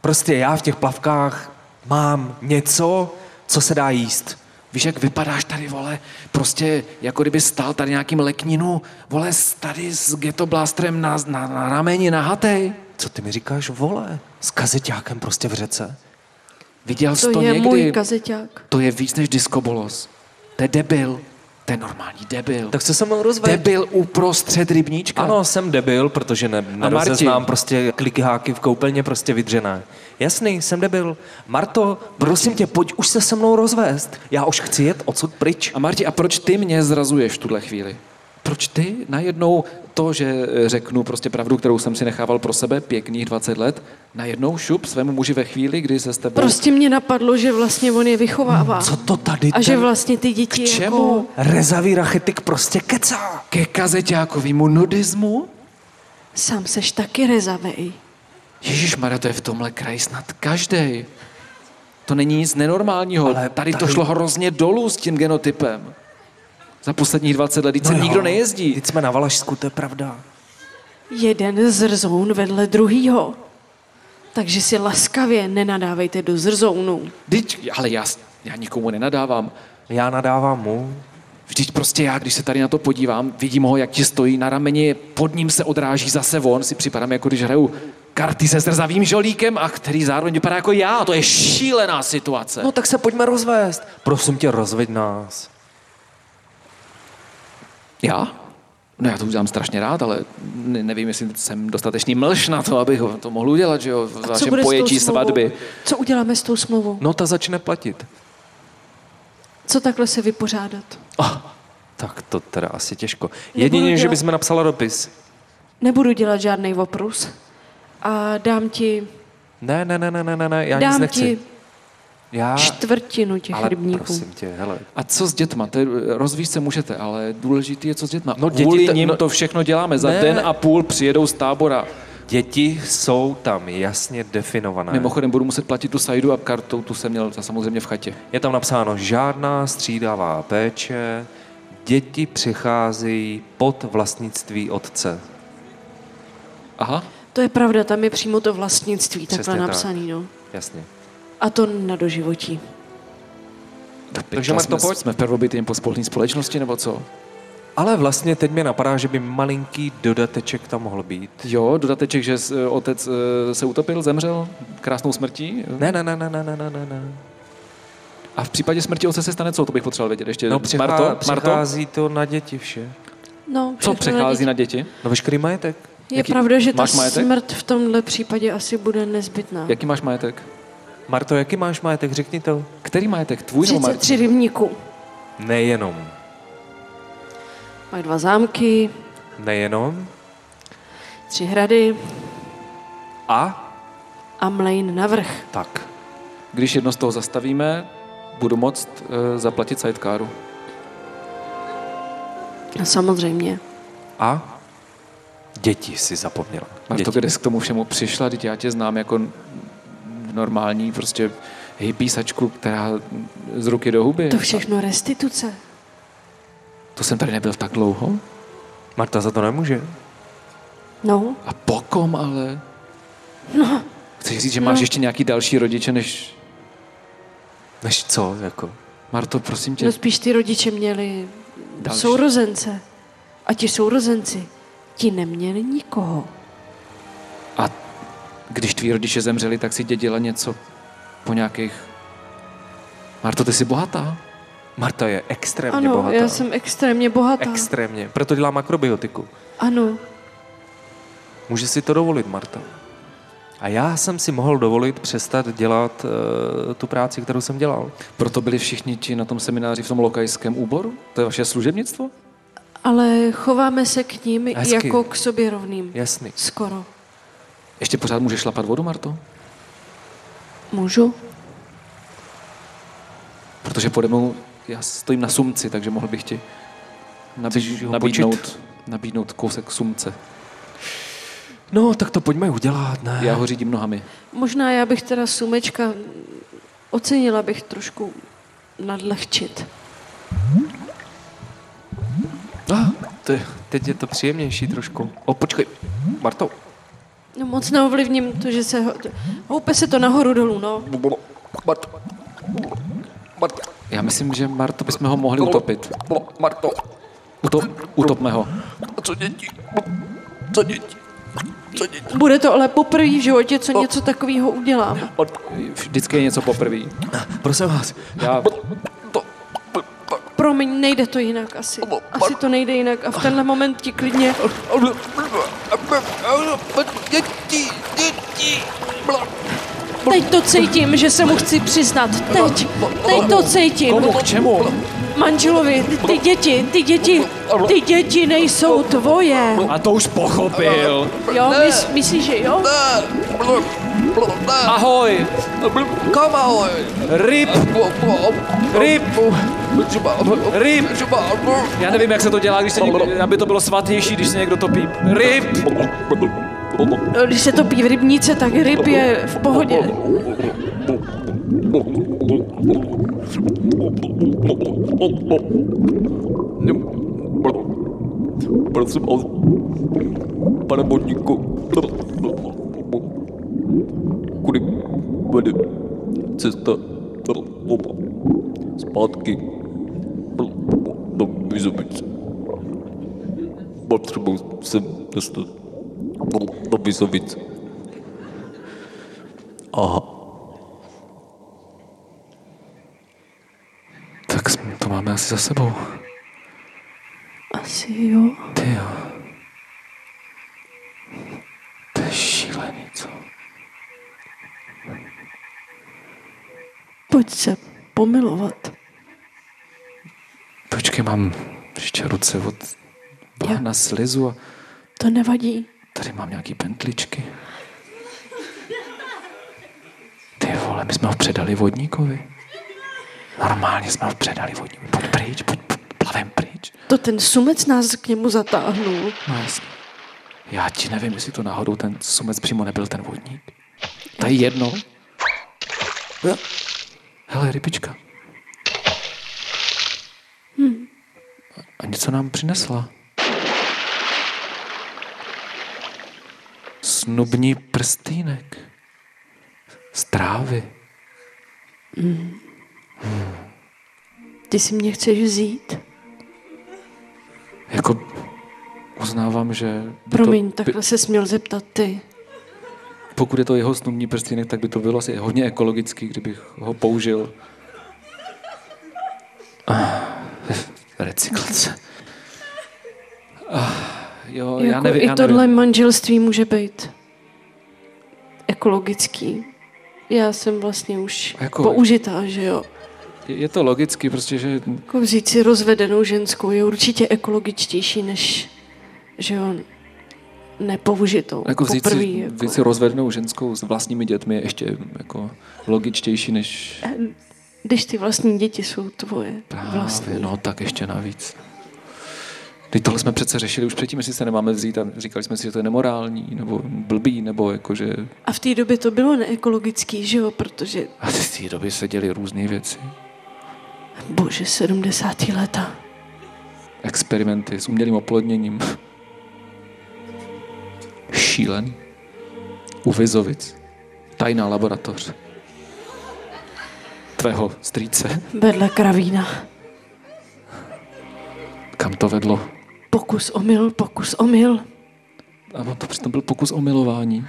F: Prostě já v těch plavkách mám něco, co se dá jíst.
E: Víš, jak vypadáš tady, vole, prostě jako kdyby stál tady nějakým lekninu, vole, s- tady s ghetto blasterem na, na, na rameni, na hatej.
F: Co ty mi říkáš, vole? S kazeťákem prostě v řece.
E: Viděl jsi
D: To,
E: to,
D: je
E: někdy?
D: můj kazeťák.
E: To je víc než diskobolos. To je debil. To je normální debil.
F: Tak co se mnou rozvedl?
E: Debil uprostřed rybníčka.
F: Ano, jsem debil, protože ne, nerozeznám
E: Martin?
F: prostě kliky háky v koupelně prostě vydřené. Jasný, jsem debil. Marto, prosím tě, pojď už se se mnou rozvést. Já už chci jet odsud pryč.
E: A Marti, a proč ty mě zrazuješ v tuhle chvíli? Proč ty najednou to, že eh, řeknu prostě pravdu, kterou jsem si nechával pro sebe pěkných 20 let, najednou šup svému muži ve chvíli, kdy se s tebou...
D: Prostě mě napadlo, že vlastně on je vychovává.
F: Co to tady
D: A že
F: ten
D: vlastně ty děti
E: K
D: jako...
E: čemu?
F: rezavý rachetik prostě kecá?
E: Ke kazeťákovýmu nudismu?
D: Sám seš taky rezavej.
E: Ježíš Maria, to je v tomhle kraji snad každý. To není nic nenormálního.
F: Ale
E: Ale tady, to
F: tady-
E: šlo hrozně dolů s tím genotypem. Za posledních 20 let, no se
F: jo,
E: nikdo nejezdí.
F: Teď jsme na Valašsku, to je pravda.
D: Jeden zrzoun vedle druhýho. Takže si laskavě nenadávejte do zrzounů.
E: Teď, ale já, já nikomu nenadávám.
F: Já nadávám mu.
E: Vždyť prostě já, když se tady na to podívám, vidím ho, jak ti stojí na rameni, pod ním se odráží zase on, si připadám, jako když hraju karty se zrzavým žolíkem a který zároveň vypadá jako já. To je šílená situace.
F: No tak se pojďme rozvést. Prosím tě, rozveď nás.
E: Já? No já to udělám strašně rád, ale ne- nevím, jestli jsem dostatečný mlž na to, abych ho- to mohl udělat, že jo, v
D: A co
E: vašem
D: bude
E: pojetí
D: s tou smlouvou?
E: svatby.
D: Co uděláme s tou smlouvou?
F: No ta začne platit.
D: Co takhle se vypořádat?
F: Tak to teda asi těžko. Jedině, že
D: dělat-
F: bychom napsala dopis.
D: Nebudu dělat žádný oprus a dám ti,
F: Ne, ne, ne, ne, ne, ne, ne, já nic
D: dám
F: nechci.
D: ti
F: Já,
D: čtvrtinu těch
F: ale
D: rybníků.
F: prosím tě, hele,
E: A co s dětma? To je- rozvíjet se můžete, ale důležitý je, co s dětma.
F: No,
E: No,
F: děti
E: Kvůli
F: te-
E: nim
F: no-
E: to všechno děláme. Za
F: Ne.
E: den a půl přijedou z tábora.
F: děti jsou tam jasně definované.
E: Mimochodem budu muset platit tu sajdu a kartou tu jsem měl za- samozřejmě v chatě.
F: Je tam napsáno žádná střídavá péče, děti přicházejí pod vlastnictví otce.
E: Aha.
D: To je pravda, tam je přímo to vlastnictví takhle
F: Přesně tak.
D: napsaný. No.
F: Jasně.
D: A to na doživotí.
E: Takže
F: Marto,
E: jsme,
F: pojď.
E: jsme v prvobitým pospolní společnosti, nebo co?
F: Ale vlastně teď mě napadá, že by malinký dodateček tam mohl být.
E: Jo, dodateček, že s- otec eh, se utopil, zemřel krásnou smrtí.
F: Ne, ne, ne, ne, ne, ne, ne, ne, ne.
E: A v případě smrti otce se stane co? To bych potřeboval vědět ještě.
F: No, přichá,
E: Marto, Marto,
F: přichází to na děti vše.
D: No, všechno
E: co přechází
D: děti.
E: na děti?
F: No, veškerý majetek.
D: Je
E: jaký-
D: pravda, že ta
E: máš majetek?
D: smrt v tomhle případě asi bude nezbytná.
E: Jaký máš majetek?
F: Marto, jaký máš majetek? Řekni to.
E: Který majetek? Tvůj nebo Martin?
D: 33 rybníků.
F: Nejenom.
D: Mají dva zámky,
F: Nejenom.
D: tři hrady
F: A?
D: a mlejn na vrch.
F: Tak.
E: Když jedno z toho zastavíme, budu moct eh, zaplatit sidecaru.
D: No, Samozřejmě.
F: A? Děti si zapomněla.
E: Marto,
F: Děti.
E: kde jsi k tomu všemu přišla? Teď já tě znám jako n- normální prostě hippísačku, která z ruky do huby.
D: To všechno restituce.
E: to jsem tady nebyl tak dlouho.
F: Marta za to nemůže.
D: No,
E: A pokom ale. No. Chceš říct, že máš ještě nějaký další rodiče než...
F: Než co, jako?
E: Marto, prosím tě,
D: no spíš ty rodiče měli
E: Další.
D: sourozence. A ti sourozenci, ti neměli nikoho.
E: A když tví rodiče zemřeli, tak si dědila něco po nějakých... Marto, ty jsi bohatá.
F: Marta je extrémně
D: Ano,
F: bohatá.
D: já jsem extrémně bohatá.
F: Extrémně. Proto dělá makrobiotiku.
D: Ano,
F: Může si to dovolit, Marta. A já jsem si mohl dovolit přestat dělat uh, tu práci, kterou jsem dělal.
E: Proto byli všichni ti na tom semináři v tom lokajském úboru? To je vaše služebnictvo?
D: ale chováme se k ním
F: Hezky.
D: jako k sobě rovným.
F: Jasný.
D: Skoro.
B: Ještě pořád můžeš šlapat vodu, Marto?
D: Můžu?
B: Protože pode mnou, já stojím na sumci, takže mohl bych ti
F: Chceš
B: nabí-
F: ho
B: nabídnout,
F: počít?
B: nabídnout kousek sumce.
F: No, tak to pojďme udělat, ne?
B: Já ho řídím nohami.
D: Možná já bych teda sumečka ocenila bych trošku nadlehčit.
F: To, je- teď je to příjemnější trošku. O, počkej, Marto.
D: No moc neovlivním to, že se... Ho... Houpe se to nahoru dolů, no.
F: Marto. Marto.
B: Já myslím, že Marto bychom ho mohli utopit.
F: Marto.
B: Utop, utopme ho.
F: Co děti? Co děti? Co děti?
D: Bude to ale poprvé v životě, co něco takového udělám.
B: Vždycky je něco poprvé.
F: Prosím vás.
B: Já,
D: Promiň, nejde to jinak asi. Asi to nejde jinak a v tenhle moment ti klidně...
F: Děti, děti.
D: Teď to cítím, že se mu chci přiznat. Teď, teď to cítím.
B: komu, k čemu?
D: Manželovi, ty děti, ty děti, ty děti nejsou tvoje.
B: A to už pochopil.
D: Jo, mys, myslíš, že jo?
B: Ahoj,
F: Kam ahoj?
B: ryb, ryb, ryb. Já nevím, jak se to dělá, když se někdo, aby to bylo svatější, když se někdo topí. Ryb,
D: Když se topí v rybníce, tak ryb je v pohodě.
H: Prosím vás, pane Bodníku, kudy vede cesta zpátky do Vizovice. Potřebuji se dostat do Vizovice.
E: Tak jsme- to máme asi za sebou.
D: Asi jo.
E: Ty jo. To je šílený, co?
D: Pojď se pomilovat.
E: Počkej, mám ještě ruce od bahna slizu a
D: To nevadí.
E: tady mám nějaký pentličky. Ty vole, my jsme ho předali vodníkovi. Normálně jsme ho předali vodníkovi. Pojď pryč, pojď, pojď plavem pryč.
D: To ten sumec nás k němu zatáhnul.
E: No jasně. Já ti nevím, jestli to náhodou ten sumec přímo nebyl ten vodník. To je jedno. Hele, rybička. A něco nám přinesla. Snubní prstýnek. Z trávy.
D: Ty si mě chceš vzít?
E: Jako uznávám, že by
D: Promiň,
E: to, by-
D: takhle se směl zeptat ty.
E: pokud je to jeho snubní prstínek, tak by to bylo asi hodně ekologický, kdybych ho použil. Ah, recyklace. Ah, jo,
D: Jako
E: já nevím,
D: I
E: já
D: tohle
E: nevím.
D: manželství může být ekologický. Já jsem vlastně už
E: Jako-
D: jako... použitá, že jo.
E: Je- Je to logicky, prostě, že
D: Jako vzít si rozvedenou ženskou je určitě ekologičtější, než že jo, nepoužitou.
E: jako vzít,
D: Poprvý,
E: si,
D: jako.
E: vzít si rozvednou ženskou s vlastními dětmi je ještě jako logičtější než
D: Eh, Když ty vlastní děti jsou tvoje
E: právě,
D: vlastní.
E: no tak ještě navíc. Teď tohle jsme přece řešili už předtím, jestli se nemáme vzít a říkali jsme si, že to je nemorální, nebo blbý, nebo jako, že
D: A v té době to bylo neekologický, že jo, protože,
E: A ty z té doby se děly různé věci.
D: bože, 70. leta.
E: Experimenty s umělým oplodněním. Šílený. U Vizovic. Tajná laboratoř. Tvého strýce.
D: Vedle kravína.
E: Kam to vedlo?
D: Pokus omyl, pokus omyl.
E: A on to přitom byl pokus o milování.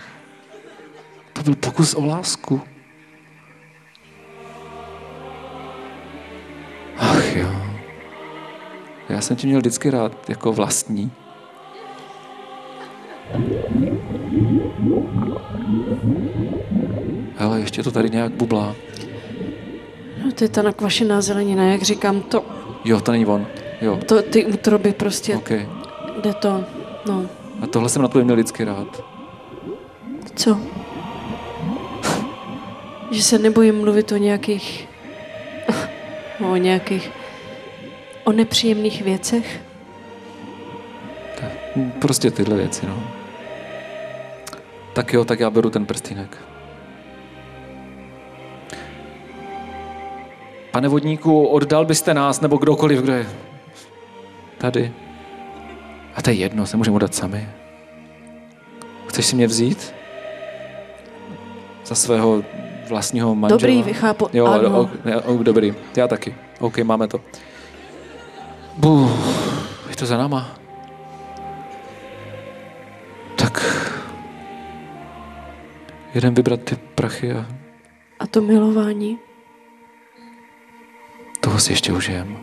E: To byl pokus o lásku. Ach jo. Já jsem tě měl vždycky rád jako vlastní. Hele, ještě to tady nějak bublá.
D: No to je ta nakvašená zelenina, jak říkám, to
E: Jo, to není on. Jo,
D: To, ty útroby prostě,
E: OK.
D: okay. jde to, no,
E: A tohle jsem na to měl lidsky rád.
D: co? Že se nebojím mluvit o nějakých, o nějakých, o nepříjemných věcech.
E: Prostě tyhle věci, no. Tak jo, tak já beru ten prstínek.
B: Pane vodníku, oddal byste nás, nebo kdokoliv, kdo je tady. A to je jedno, se můžeme odat sami. Chceš si mě vzít? Za svého vlastního manžela?
D: Dobrý, vychápu,
B: Jo,
D: ano.
B: O, ne, o, dobrý, já taky. OK, máme to. Bu, je to za náma. Tak
E: Jeden vybrat ty prachy a
D: A to milování,
E: toho si ještě užijem.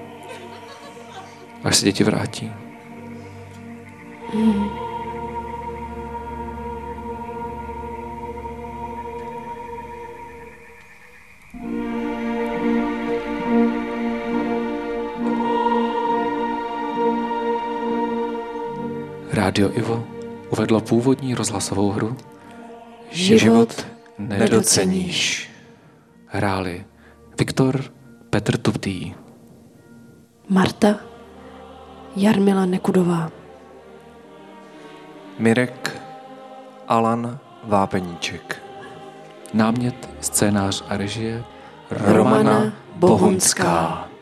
E: Až se děti vrátí. Rádio Ivo uvedlo původní rozhlasovou hru
D: život,
E: Život
D: nedoceníš.
E: nedoceníš. Hráli Viktor Petr Tuptý.
D: Marta Jarmila Nekudová.
F: Mirek Alan Vápeníček.
E: Námět, scénář a režie
D: Romana Bohunská.